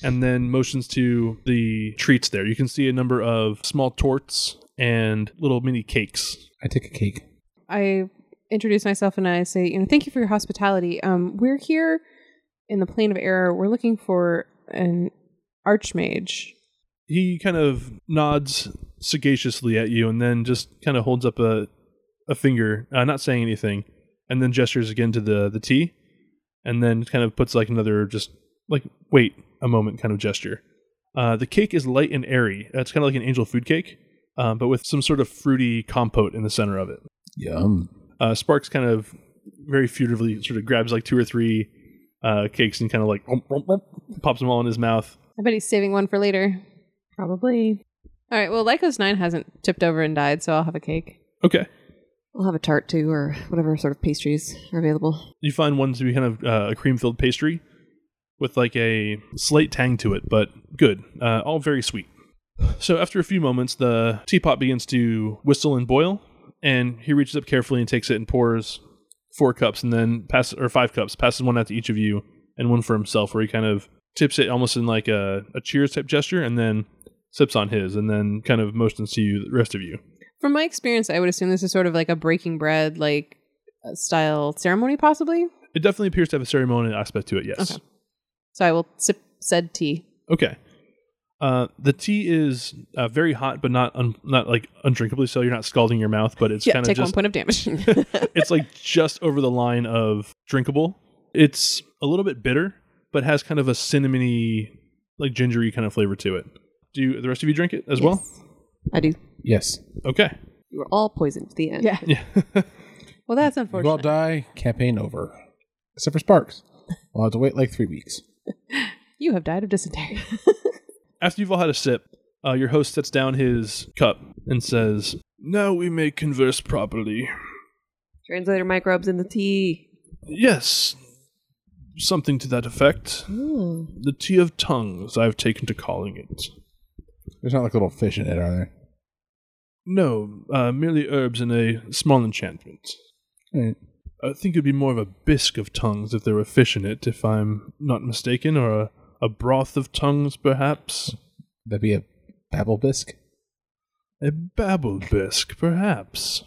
Speaker 1: and then motions to the treats there. You can see a number of small torts and little mini cakes.
Speaker 5: I take a cake.
Speaker 4: I introduce myself and I say, you know, thank you for your hospitality. Um, we're here in the plane of error. We're looking for an archmage.
Speaker 1: He kind of nods sagaciously at you, and then just kind of holds up a a finger, uh, not saying anything, and then gestures again to the the tea, and then kind of puts like another just like wait a moment kind of gesture. Uh, the cake is light and airy. Uh, It's kind of like an angel food cake, um, but with some sort of fruity compote in the center of it.
Speaker 5: Yum.
Speaker 1: Uh, Sparks kind of very furtively sort of grabs like two or three uh, cakes and kind of like "Rump, rump, rump," pops them all in his mouth.
Speaker 4: I bet he's saving one for later.
Speaker 2: Probably.
Speaker 4: All right. Well, Lycos 9 hasn't tipped over and died, so I'll have a cake.
Speaker 1: Okay.
Speaker 2: We'll have a tart too, or whatever sort of pastries are available.
Speaker 1: You find one to be kind of uh, a cream filled pastry with like a slight tang to it, but good. Uh, all very sweet. So after a few moments, the teapot begins to whistle and boil, and he reaches up carefully and takes it and pours four cups and then passes or five cups, passes one out to each of you and one for himself, where he kind of tips it almost in like a, a cheers type gesture and then sips on his and then kind of motions to you the rest of you.
Speaker 4: From my experience, I would assume this is sort of like a breaking bread, like uh, style ceremony, possibly.
Speaker 1: It definitely appears to have a ceremonial aspect to it, yes.
Speaker 4: Okay. So I will sip said tea.
Speaker 1: Okay. Uh, the tea is uh, very hot, but not un- not like undrinkably so. You're not scalding your mouth, but it's
Speaker 4: yeah,
Speaker 1: kind of
Speaker 4: take one
Speaker 1: just
Speaker 4: point of damage.
Speaker 1: it's like just over the line of drinkable. It's a little bit bitter, but has kind of a cinnamony, like gingery kind of flavor to it. Do you, the rest of you drink it as well?
Speaker 2: Yes. I do.
Speaker 5: Yes.
Speaker 1: Okay.
Speaker 2: You were all poisoned at the end.
Speaker 4: yeah.
Speaker 1: Yeah.
Speaker 4: Well, that's
Speaker 5: You all
Speaker 4: unfortunate.
Speaker 5: die. Campaign over. Except for Sparks. We'll have to wait like three weeks.
Speaker 4: you have died of dysentery.
Speaker 1: After you've all had a sip, uh, your host sets down his cup and says, "Now we may converse properly."
Speaker 2: Translator microbes in the tea.
Speaker 1: Yes, something to that effect. The tea of tongues, I've taken to calling it.
Speaker 5: There's not like little fish in it, are there?
Speaker 1: No, uh, merely herbs and a small enchantment.
Speaker 5: Right.
Speaker 1: I think it'd be more of a bisque of tongues if there were fish in it, if I'm not mistaken, or a, a broth of tongues, perhaps.
Speaker 5: That'd be a babble bisque.
Speaker 1: A babble bisque, perhaps.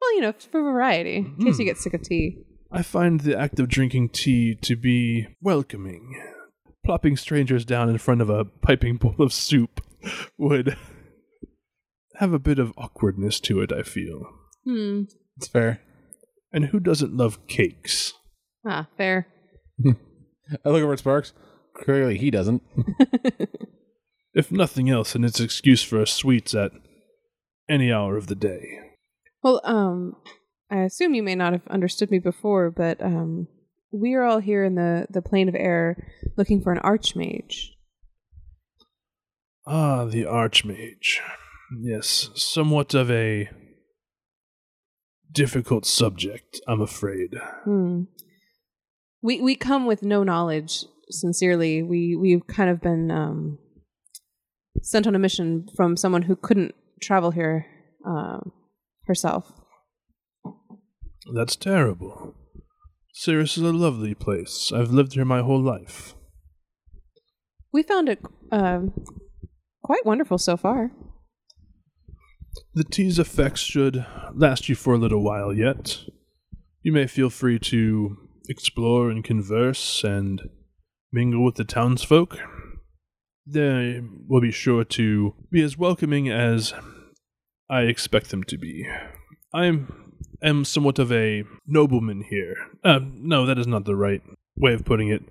Speaker 4: Well, you know, for variety, in case you get sick of tea.
Speaker 1: I find the act of drinking tea to be welcoming. Plopping strangers down in front of a piping bowl of soup would have a bit of awkwardness to it, I feel.
Speaker 4: Hmm.
Speaker 5: It's fair.
Speaker 1: And who doesn't love cakes?
Speaker 4: Ah, fair.
Speaker 5: I look over at Sparks. Clearly, he doesn't.
Speaker 1: If nothing else, and it's excuse for a sweets at any hour of the day.
Speaker 4: Well, um, I assume you may not have understood me before, but um, we are all here in the, the plane of air looking for an archmage.
Speaker 1: Ah, the Archmage. Yes, somewhat of a difficult subject, I'm afraid.
Speaker 4: Hmm. We we come with no knowledge. Sincerely, we we've kind of been um, sent on a mission from someone who couldn't travel here um herself.
Speaker 1: That's terrible. Cirrus is a lovely place. I've lived here my whole life.
Speaker 4: We found it um quite wonderful so far.
Speaker 1: The tea's effects should last you for a little while yet. You may feel free to explore and converse and mingle with the townsfolk. They will be sure to be as welcoming as I expect them to be. I am, am somewhat of a nobleman here. Uh, no, that is not the right way of putting it.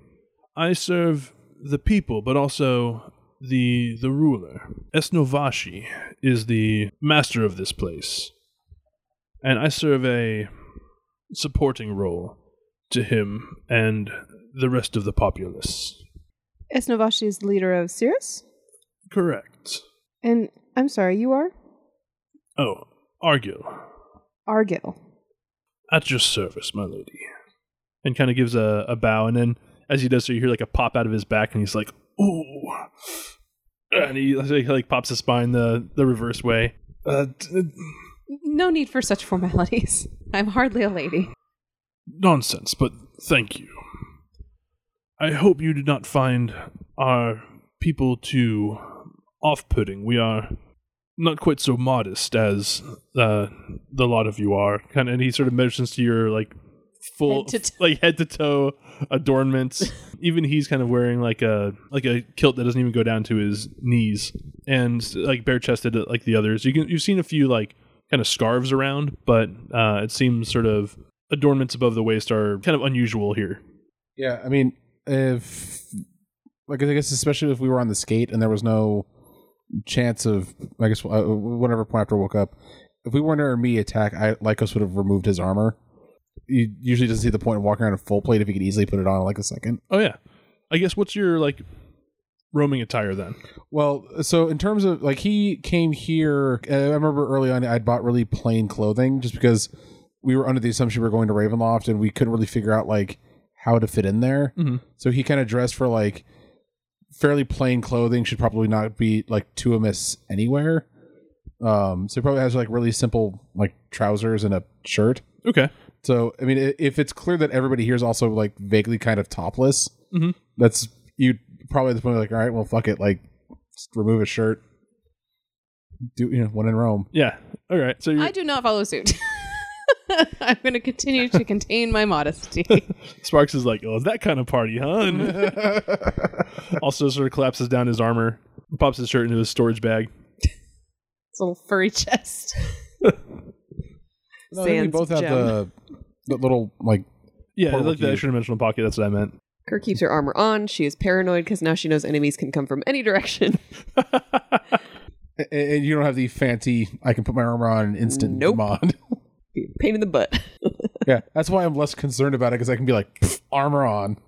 Speaker 1: I serve the people, but also the the ruler. Esnovashi is the master of this place, and I serve a supporting role to him and the rest of the populace.
Speaker 4: Esnovashi is the leader of Cirrus,
Speaker 1: Correct.
Speaker 4: and I'm sorry, you are
Speaker 1: Oh, Argil,
Speaker 4: Argil.
Speaker 1: at your service, my lady. And kind of gives a, a bow, and then as he does so, you hear like a pop out of his back, and he's like, "Ooh," and he like, like pops his spine the the reverse way. Uh, d-
Speaker 4: No need for such formalities. I'm hardly a lady.
Speaker 1: nonsense, but thank you. I hope you do not find our people too off putting. We are not quite so modest as uh, the lot of you are. Kind of, and he sort of measures to your like full
Speaker 4: Head to toe.
Speaker 1: like head to toe adornments. even he's kind of wearing like a like a kilt that doesn't even go down to his knees and like bare chested like the others. You can you've seen a few like kind of scarves around, but uh, it seems sort of adornments above the waist are kind of unusual here.
Speaker 5: Yeah, I mean, if like I guess especially if we were on the skate and there was no chance of I guess uh, whatever point after I woke up, if we weren't under immediate attack, I Lycos would have removed his armor. You usually doesn't see the point of walking around in full plate if he could easily put it on in like a second.
Speaker 1: Oh yeah, I guess what's your like roaming attire then?
Speaker 5: Well, so in terms of like he came here, uh, I remember early on I'd bought really plain clothing just because we were under the assumption we were going to Ravenloft and we couldn't really figure out like how to fit in there.
Speaker 1: Mhm.
Speaker 5: So he kind of dressed for like fairly plain clothing should probably not be like too amiss anywhere. Um, so he probably has like really simple like trousers and a shirt.
Speaker 1: Okay,
Speaker 5: So I mean, i- if it's clear that everybody here is also like vaguely kind of topless,
Speaker 2: Mm-hmm.
Speaker 1: Mhm.
Speaker 5: that's you probably at the point like, all right, well, fuck it, like just remove a shirt. Do you know when in Rome?
Speaker 1: yeah, all right. So you're,
Speaker 4: I do not follow suit. I'm going to continue to contain my modesty.
Speaker 1: Sparks is like, oh, it's that kind of party, huh? And also, sort of collapses down his armor, pops his shirt into his storage bag.
Speaker 4: It's a little furry chest.
Speaker 5: No, I think we
Speaker 2: Sans
Speaker 5: both have
Speaker 2: gem.
Speaker 5: the the little like
Speaker 1: Yeah,
Speaker 5: Portable
Speaker 1: like the
Speaker 5: key.
Speaker 1: extra dimensional pocket. That's what I meant.
Speaker 2: Kerr keeps her armor on. She is paranoid because now she knows enemies can come from any direction.
Speaker 5: a- a- and you don't have the fancy. I can put my armor on in an instant
Speaker 2: Nope.
Speaker 5: mod.
Speaker 2: Be a Pain in the butt.
Speaker 5: yeah, that's why I'm less concerned about it because I can be like "Pfft, armor on.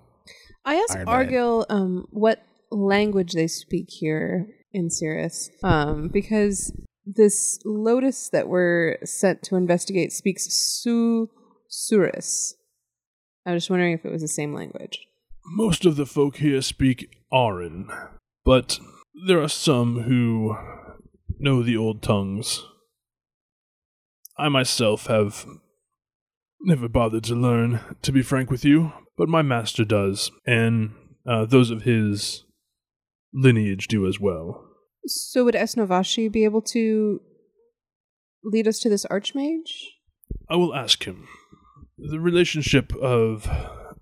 Speaker 4: I asked
Speaker 5: Iron Man.
Speaker 4: Argil um, what language they speak here in Cirrus um, because this lotus that we're sent to investigate speaks Su Suris. I was just wondering if it was the same language.
Speaker 1: Most of the folk here speak Aran, but there are some who know the old tongues. I myself have never bothered to learn, to be frank with you, but my master does, and uh, those of his lineage do as well.
Speaker 4: So would Esnovashi be able to lead us to this archmage?
Speaker 1: I will ask him. The relationship of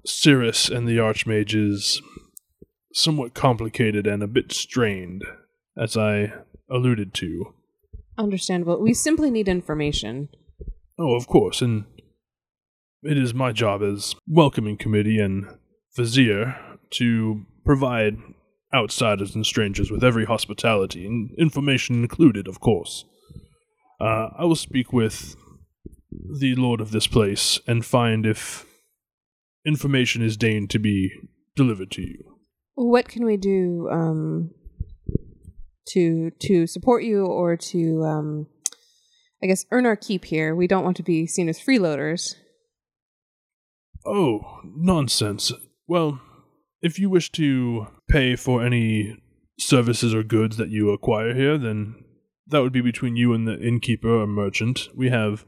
Speaker 1: Cirrus and the Archmage is somewhat complicated and a bit strained, as I alluded to.
Speaker 4: Understandable. We simply need information.
Speaker 1: Oh, of course, and it is my job as welcoming committee and vizier to provide outsiders and strangers with every hospitality, and information included, of course. Uh, I will speak with the lord of this place and find if information is deigned to be delivered to you.
Speaker 4: What can we do um, to to support you or to, um, I guess, earn our keep here? We don't want to be seen as freeloaders.
Speaker 1: Oh, nonsense. Well, if you wish to pay for any services or goods that you acquire here, then that would be between you and the innkeeper or merchant. We have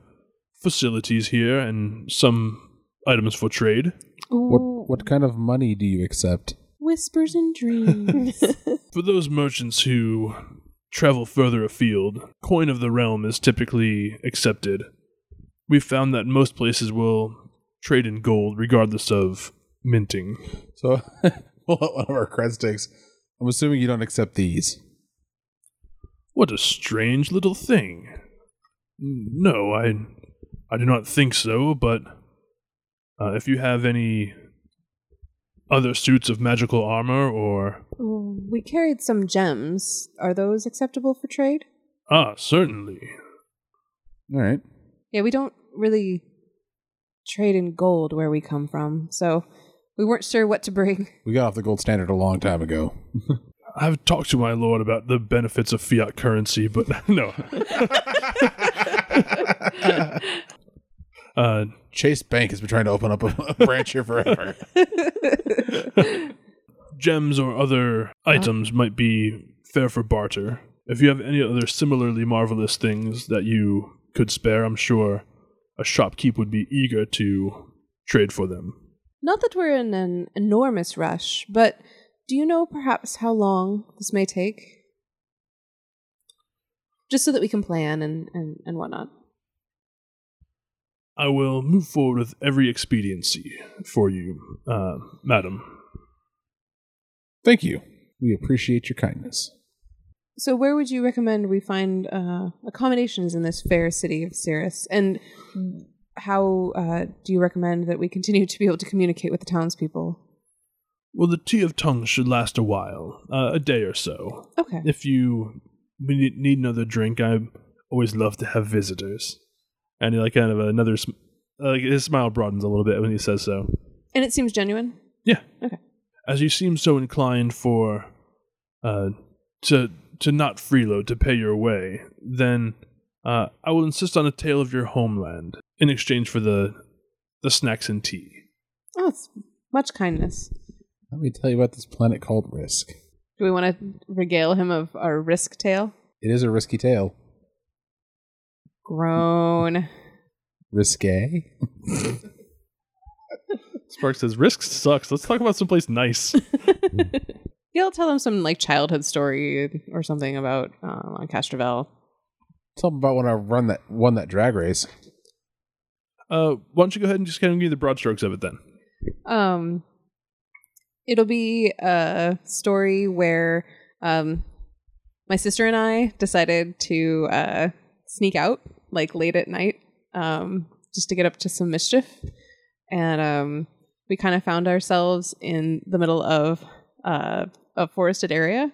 Speaker 1: facilities here and some items for trade.
Speaker 4: Ooh,
Speaker 5: What what kind of money do you accept?
Speaker 4: Whispers and dreams.
Speaker 1: For those merchants who travel further afield, coin of the realm is typically accepted. We've found that most places will trade in gold regardless of minting.
Speaker 5: So pull out one of our cred sticks. I'm assuming you don't accept these.
Speaker 1: What a strange little thing. No, I I do not think so, but uh, if you have any other suits of magical armor or
Speaker 4: we carried some gems. Are those acceptable for trade?
Speaker 1: ah, certainly.
Speaker 5: All right.
Speaker 4: Yeah, we don't really trade in gold where we come from, so we weren't sure what to bring.
Speaker 5: We got off the gold standard a long time ago.
Speaker 1: I've talked to my lord about the benefits of fiat currency, but no. uh,
Speaker 5: Chase Bank has been trying to open up a, a branch here forever.
Speaker 1: gems or other items might be fair for barter. If you have any other similarly marvelous things that you could spare, I'm sure a shopkeep would be eager to trade for them.
Speaker 4: Not that we're in an enormous rush, but do you know perhaps how long this may take? Just so that we can plan and, and, and whatnot.
Speaker 1: I will move forward with every expediency for you, uh, madam.
Speaker 5: Thank you. We appreciate your kindness.
Speaker 4: So, where would you recommend we find uh, accommodations in this fair city of Cirrus? And how uh, do you recommend that we continue to be able to communicate with the townspeople?
Speaker 1: Well, the tea of tongues should last a while, uh, a day or so.
Speaker 4: Okay.
Speaker 1: If you need need another drink, I always love to have visitors. And he, like kind of another, sm- uh, like his smile broadens a little bit when he says so.
Speaker 4: And it seems genuine.
Speaker 1: Yeah.
Speaker 4: Okay.
Speaker 1: As you seem so inclined for, uh, to to not freeload to pay your way, then uh, I will insist on a tale of your homeland in exchange for the the snacks and tea.
Speaker 4: Oh, it's much kindness.
Speaker 5: Let me tell you about this planet called Risk.
Speaker 4: Do we want to regale him of our risk tale?
Speaker 5: It is a risky tale.
Speaker 4: Groan.
Speaker 5: Risque?
Speaker 1: Sparks says, "Risk sucks. Let's talk about someplace nice."
Speaker 4: Yeah, I'll tell him some like childhood story or something about um, on Castrovel.
Speaker 5: Tell them about when I run that won that drag race.
Speaker 1: uh, why don't you go ahead and just kind of give me the broad strokes of it then?
Speaker 4: Um, it'll be a story where um, my sister and I decided to uh, sneak out like late at night um, just to get up to some mischief, and um, we kind of found ourselves in the middle of uh, a forested area,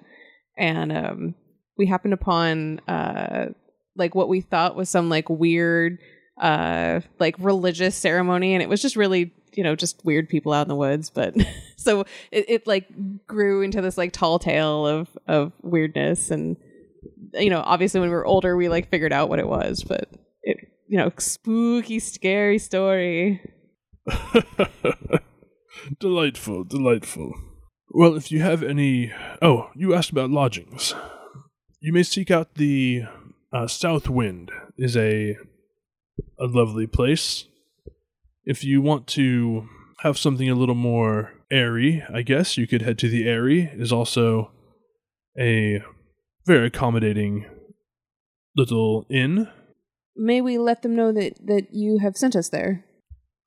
Speaker 4: and um, we happened upon uh, like what we thought was some like weird uh like religious ceremony and it was just really you know just weird people out in the woods but so it, it like grew into this like tall tale of of weirdness and you know obviously when we were older we like figured out what it was but it you know spooky scary story
Speaker 1: delightful, delightful. Well, if you have any. Oh, you asked about lodgings. You may seek out the uh, South Wind is a a lovely place. If you want to have something a little more airy, I guess you could head to the Airy. It Is also a very accommodating little inn.
Speaker 4: may we let them know that that you have sent us there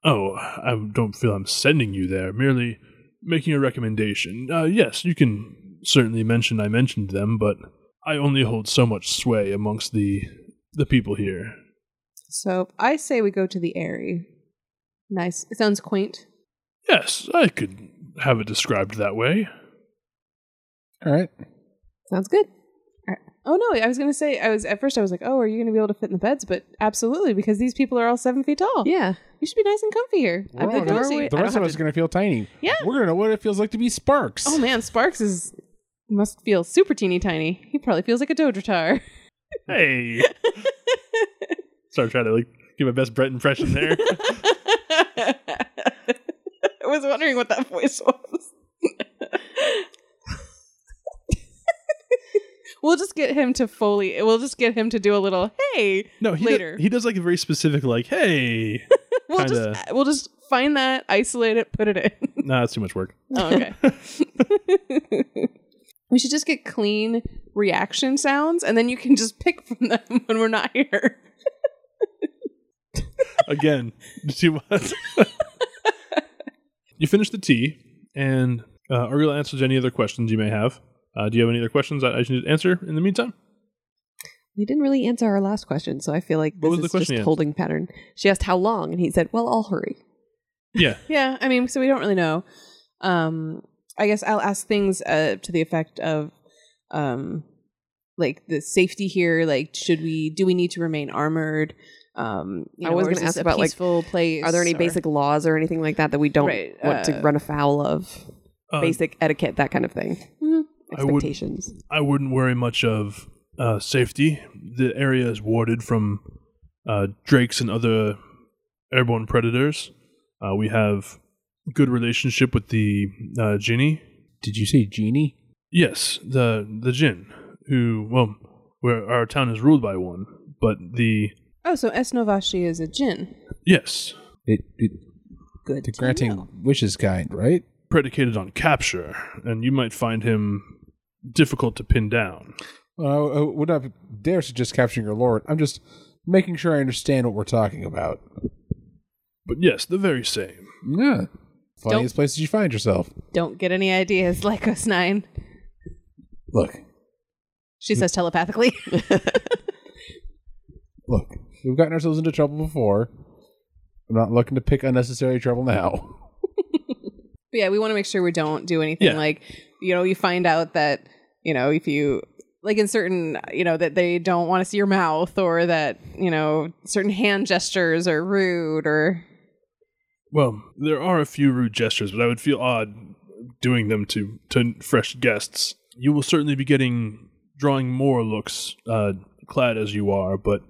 Speaker 1: Oh, I don't feel I'm sending you there. Merely making a recommendation. Uh, yes, you can certainly mention I mentioned them, but I only hold so much sway amongst the the people here.
Speaker 4: so i say we go to the airy nice it sounds quaint
Speaker 1: Yes, I could have it described that way.
Speaker 5: All right.
Speaker 2: Sounds good.
Speaker 4: All right. Oh no, I was gonna say I was at first I was like, oh, are you gonna be able to fit in the beds? But absolutely, because these people are all seven feet tall.
Speaker 2: Yeah.
Speaker 4: you should be nice and comfy here.
Speaker 5: We're
Speaker 4: I'm
Speaker 5: all
Speaker 4: like,
Speaker 5: gonna-
Speaker 4: cozy.
Speaker 5: the rest of us are going to feel tiny.
Speaker 4: Yeah.
Speaker 5: We're going to know what it feels like to be Sparks.
Speaker 4: Oh man, Sparks is must feel super teeny tiny. He probably feels like a Dodratar.
Speaker 1: Hey. Sorry, I'm trying to like give my best Brett impression there.
Speaker 4: I was wondering what that voice was. we'll just get him to Foley. We'll just get him to do a little hey.
Speaker 1: No, he
Speaker 4: later.
Speaker 1: Does, he does like a very specific like, hey.
Speaker 4: We'll
Speaker 1: kinda-
Speaker 4: just we'll just find that, isolate it, put it in.
Speaker 1: nah, that's too much work.
Speaker 4: Oh, okay. we should just get clean reaction sounds, and then you can just pick from them when we're not here.
Speaker 1: Again, too much. you finish the tea, and uh, Ariel answers any other questions you may have. Uh, do you have any other questions that I should answer in the meantime?
Speaker 2: They didn't really answer our last question, so I feel like
Speaker 1: What was
Speaker 2: this
Speaker 1: the
Speaker 2: is
Speaker 1: question he
Speaker 2: just
Speaker 1: asked?
Speaker 2: holding pattern. She asked how long, and he said, "Well, I'll hurry."
Speaker 1: Yeah.
Speaker 4: Yeah, I mean, so we don't really know. Um, I guess I'll ask things uh, to the effect of, um, like the safety here. Like, should we? Do we need to remain armored? Um, you
Speaker 2: I
Speaker 4: know,
Speaker 2: was
Speaker 4: or is
Speaker 2: gonna
Speaker 4: this
Speaker 2: ask
Speaker 4: a
Speaker 2: about, like,
Speaker 4: peaceful place.
Speaker 2: Are there any
Speaker 4: or-
Speaker 2: basic laws or anything like that that we don't
Speaker 4: Right,
Speaker 2: want to
Speaker 4: uh,
Speaker 2: run afoul of?
Speaker 1: Uh,
Speaker 2: basic etiquette, that kind of thing.
Speaker 4: Mhm.
Speaker 1: I would-
Speaker 2: Expectations.
Speaker 1: I wouldn't worry much of uh, safety. The area is warded from uh, drakes and other airborne predators. Uh, we have good relationship with the uh, genie.
Speaker 5: Did you say genie?
Speaker 1: Yes, the the jinn, who well, where our town is ruled by one, but the
Speaker 4: Oh, so Esnovashi is a jinn.
Speaker 1: yes
Speaker 5: It, it,
Speaker 2: Good.
Speaker 5: the granting wishes kind, right?
Speaker 1: predicated on capture, and you might find him difficult to pin down.
Speaker 5: Well, I I would not dare suggest capturing your lord. I'm just making sure I understand what we're talking about.
Speaker 1: But yes, the very same.
Speaker 5: Yeah. Funniest places you find yourself.
Speaker 4: Don't get any ideas like us nine.
Speaker 5: Look,
Speaker 4: She says telepathically.
Speaker 5: look, we've gotten ourselves into trouble before. I'm not looking to pick unnecessary trouble now.
Speaker 4: But yeah, we want to make sure we don't do anything
Speaker 1: Yeah.
Speaker 4: like, you know, you find out that, you know, if you like in certain, you know, that they don't want to see your mouth or that, you know, certain hand gestures are rude or
Speaker 1: Well, there are a few rude gestures, but I would feel odd doing them to to fresh guests. You will certainly be getting drawing more looks, uh, clad as you are, but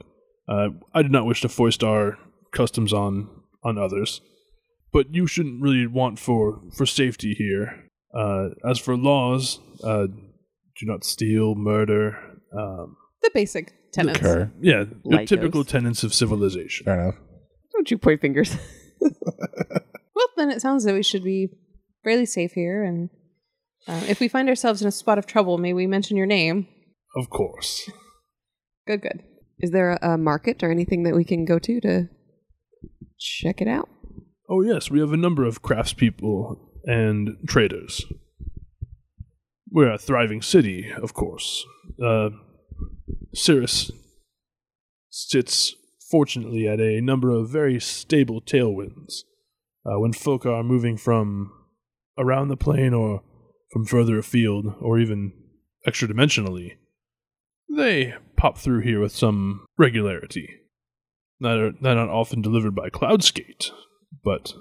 Speaker 1: uh, I do not wish to foist our customs on on others. But you shouldn't really want for for safety here. Uh, as for laws, uh, do not steal, murder. Um,
Speaker 4: the basic tenets.
Speaker 5: Sure.
Speaker 1: yeah, your
Speaker 2: Like
Speaker 1: typical
Speaker 2: those.
Speaker 1: tenets of civilization.
Speaker 5: Fair enough.
Speaker 2: Don't you point fingers.
Speaker 4: Well, then it sounds that we should be fairly safe here. And uh, if we find ourselves in a spot of trouble, may we mention your name?
Speaker 1: Of course.
Speaker 4: Good, good.
Speaker 2: Is there a, a market or anything that we can go to to check it out?
Speaker 1: Oh yes, we have a number of craftspeople and traders. We're a thriving city, of course. Uh, Cirrus sits fortunately at a number of very stable tailwinds. Uh, when folk are moving from around the plane or from further afield or even extra dimensionally, they pop through here with some regularity. That are, that are not often delivered by Cloudsgate, but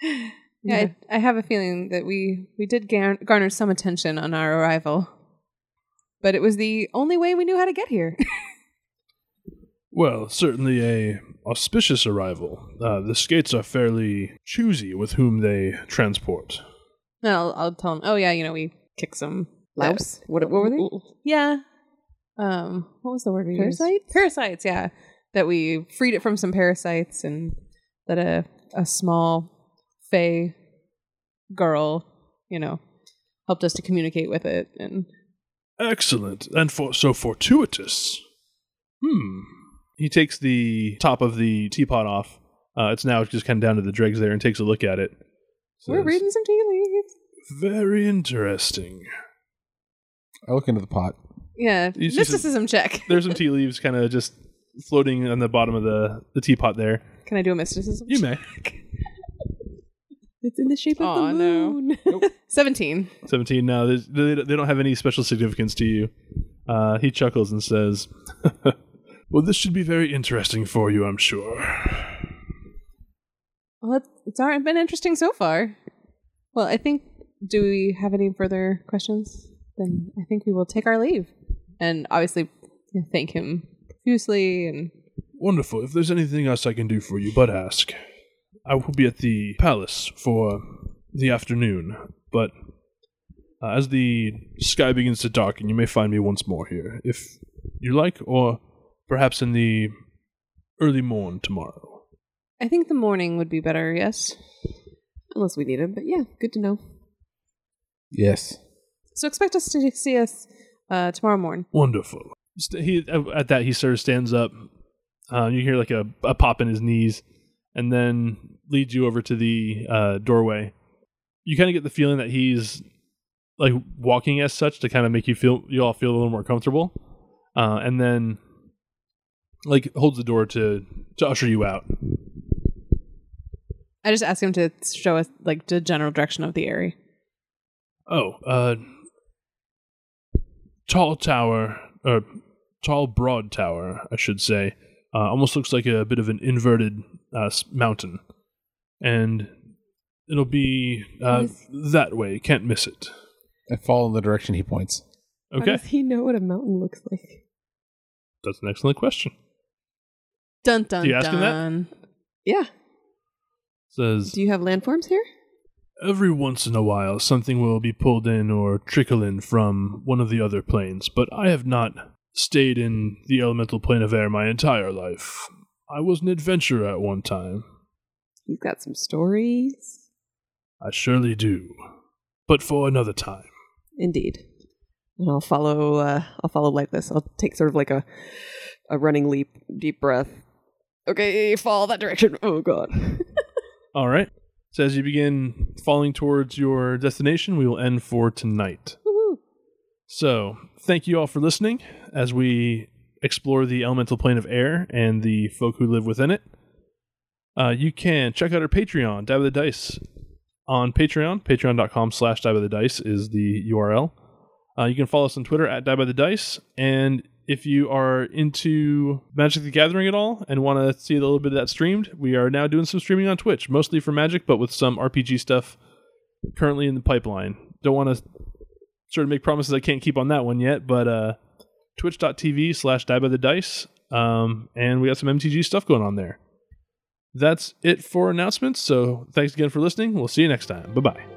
Speaker 4: Yeah, I, I have a feeling that we we did gar- garner some attention on our arrival, but it was the only way we knew how to get here.
Speaker 1: Well, certainly a auspicious arrival. Uh, the skates are fairly choosy with whom they transport.
Speaker 4: I'll, I'll tell him. Oh yeah, you know we kick some
Speaker 2: Louse? What, what were they?
Speaker 4: Yeah. Um, what was the word we used?
Speaker 2: Parasites?
Speaker 4: Parasites. Yeah, that we freed it from some parasites, and that a a small fey girl, you know, helped us to communicate with it, and
Speaker 1: Excellent, and for so fortuitous. Hmm. He takes the top of the teapot off. Uh, it's now just kind of down to the dregs there, and takes a look at it.
Speaker 4: we're
Speaker 1: Says,
Speaker 4: reading some tea leaves.
Speaker 1: Very interesting.
Speaker 5: I look into the pot.
Speaker 4: Yeah,
Speaker 1: You see some-
Speaker 4: mysticism check.
Speaker 1: There's some tea leaves kind of just floating on the bottom of the, the teapot there.
Speaker 4: Can I do a mysticism?
Speaker 1: You may.
Speaker 2: It's in the shape
Speaker 4: Aw,
Speaker 2: of the
Speaker 4: no.
Speaker 2: moon.
Speaker 4: 17.
Speaker 1: 17. No, there's- they they don't have any special significance to you. Uh, he chuckles and says, "Well, this should be very interesting for you, I'm sure."
Speaker 4: Well, it's, it's all been interesting so far. Well, I think. Do we have any further questions? Then I think we will take our leave, and obviously thank him profusely. And
Speaker 1: Wonderful. If there's anything else I can do for you, but ask. I will be at the palace for the afternoon, but uh, as the sky begins to darken, you may find me once more here, if you like, or perhaps in the early morn tomorrow.
Speaker 4: I think the morning would be better. Yes.
Speaker 2: Unless we need him, but yeah, good to know.
Speaker 5: Yes.
Speaker 4: So expect us to see us uh, tomorrow morning.
Speaker 1: Wonderful. St- He uh, at that he sort of stands up. Uh, you hear like a, a pop in his knees, and then leads you over to the uh, doorway. You kind of get the feeling that he's like walking as such to kind of make you feel you all feel a little more comfortable, uh, and then like holds the door to to usher you out.
Speaker 4: I just asked him to show us like the general direction of the area.
Speaker 1: Oh, uh, tall tower, or tall broad tower, I should say. Uh, almost looks like a bit of an inverted uh, s- mountain, and it'll be uh, that way. Can't miss it.
Speaker 5: I follow in the direction he points.
Speaker 1: Okay,
Speaker 2: does he know what a mountain looks like?
Speaker 1: that's an excellent question.
Speaker 4: Dun dun.
Speaker 1: Do you ask him that?
Speaker 4: dun.
Speaker 2: Yeah.
Speaker 1: Says
Speaker 2: Do you have landforms here?
Speaker 1: every once in a while something will be pulled in or trickle in from one of the other planes, but I have not stayed in the elemental plane of air my entire life. I was an adventurer at one time.
Speaker 2: He's got some stories.
Speaker 1: I surely do. But for another time.
Speaker 2: Indeed. And I'll follow. Uh, I'll follow like this. I'll take sort of like a a running leap, deep breath. Okay, fall that direction. Oh god.
Speaker 1: All right. So as you begin falling towards your destination, we will end for tonight. So thank you all for listening as we explore the elemental plane of air and the folk who live within it. Uh, you can check out our Patreon, Die by the Dice, on Patreon. Patreon.com slash Die by the Dice is the URL. Uh, you can follow us on Twitter at Die by the Dice. And if you are into Magic the Gathering at all and want to see a little bit of that streamed, we are now doing some streaming on Twitch, mostly for Magic, but with some RPG stuff currently in the pipeline. Don't want to sort of make promises I can't keep on that one yet, but uh, twitch.tv slash Die by the Dice. Um, and we got some MTG stuff going on there. That's it for announcements. So thanks again for listening. We'll see you next time. Bye bye.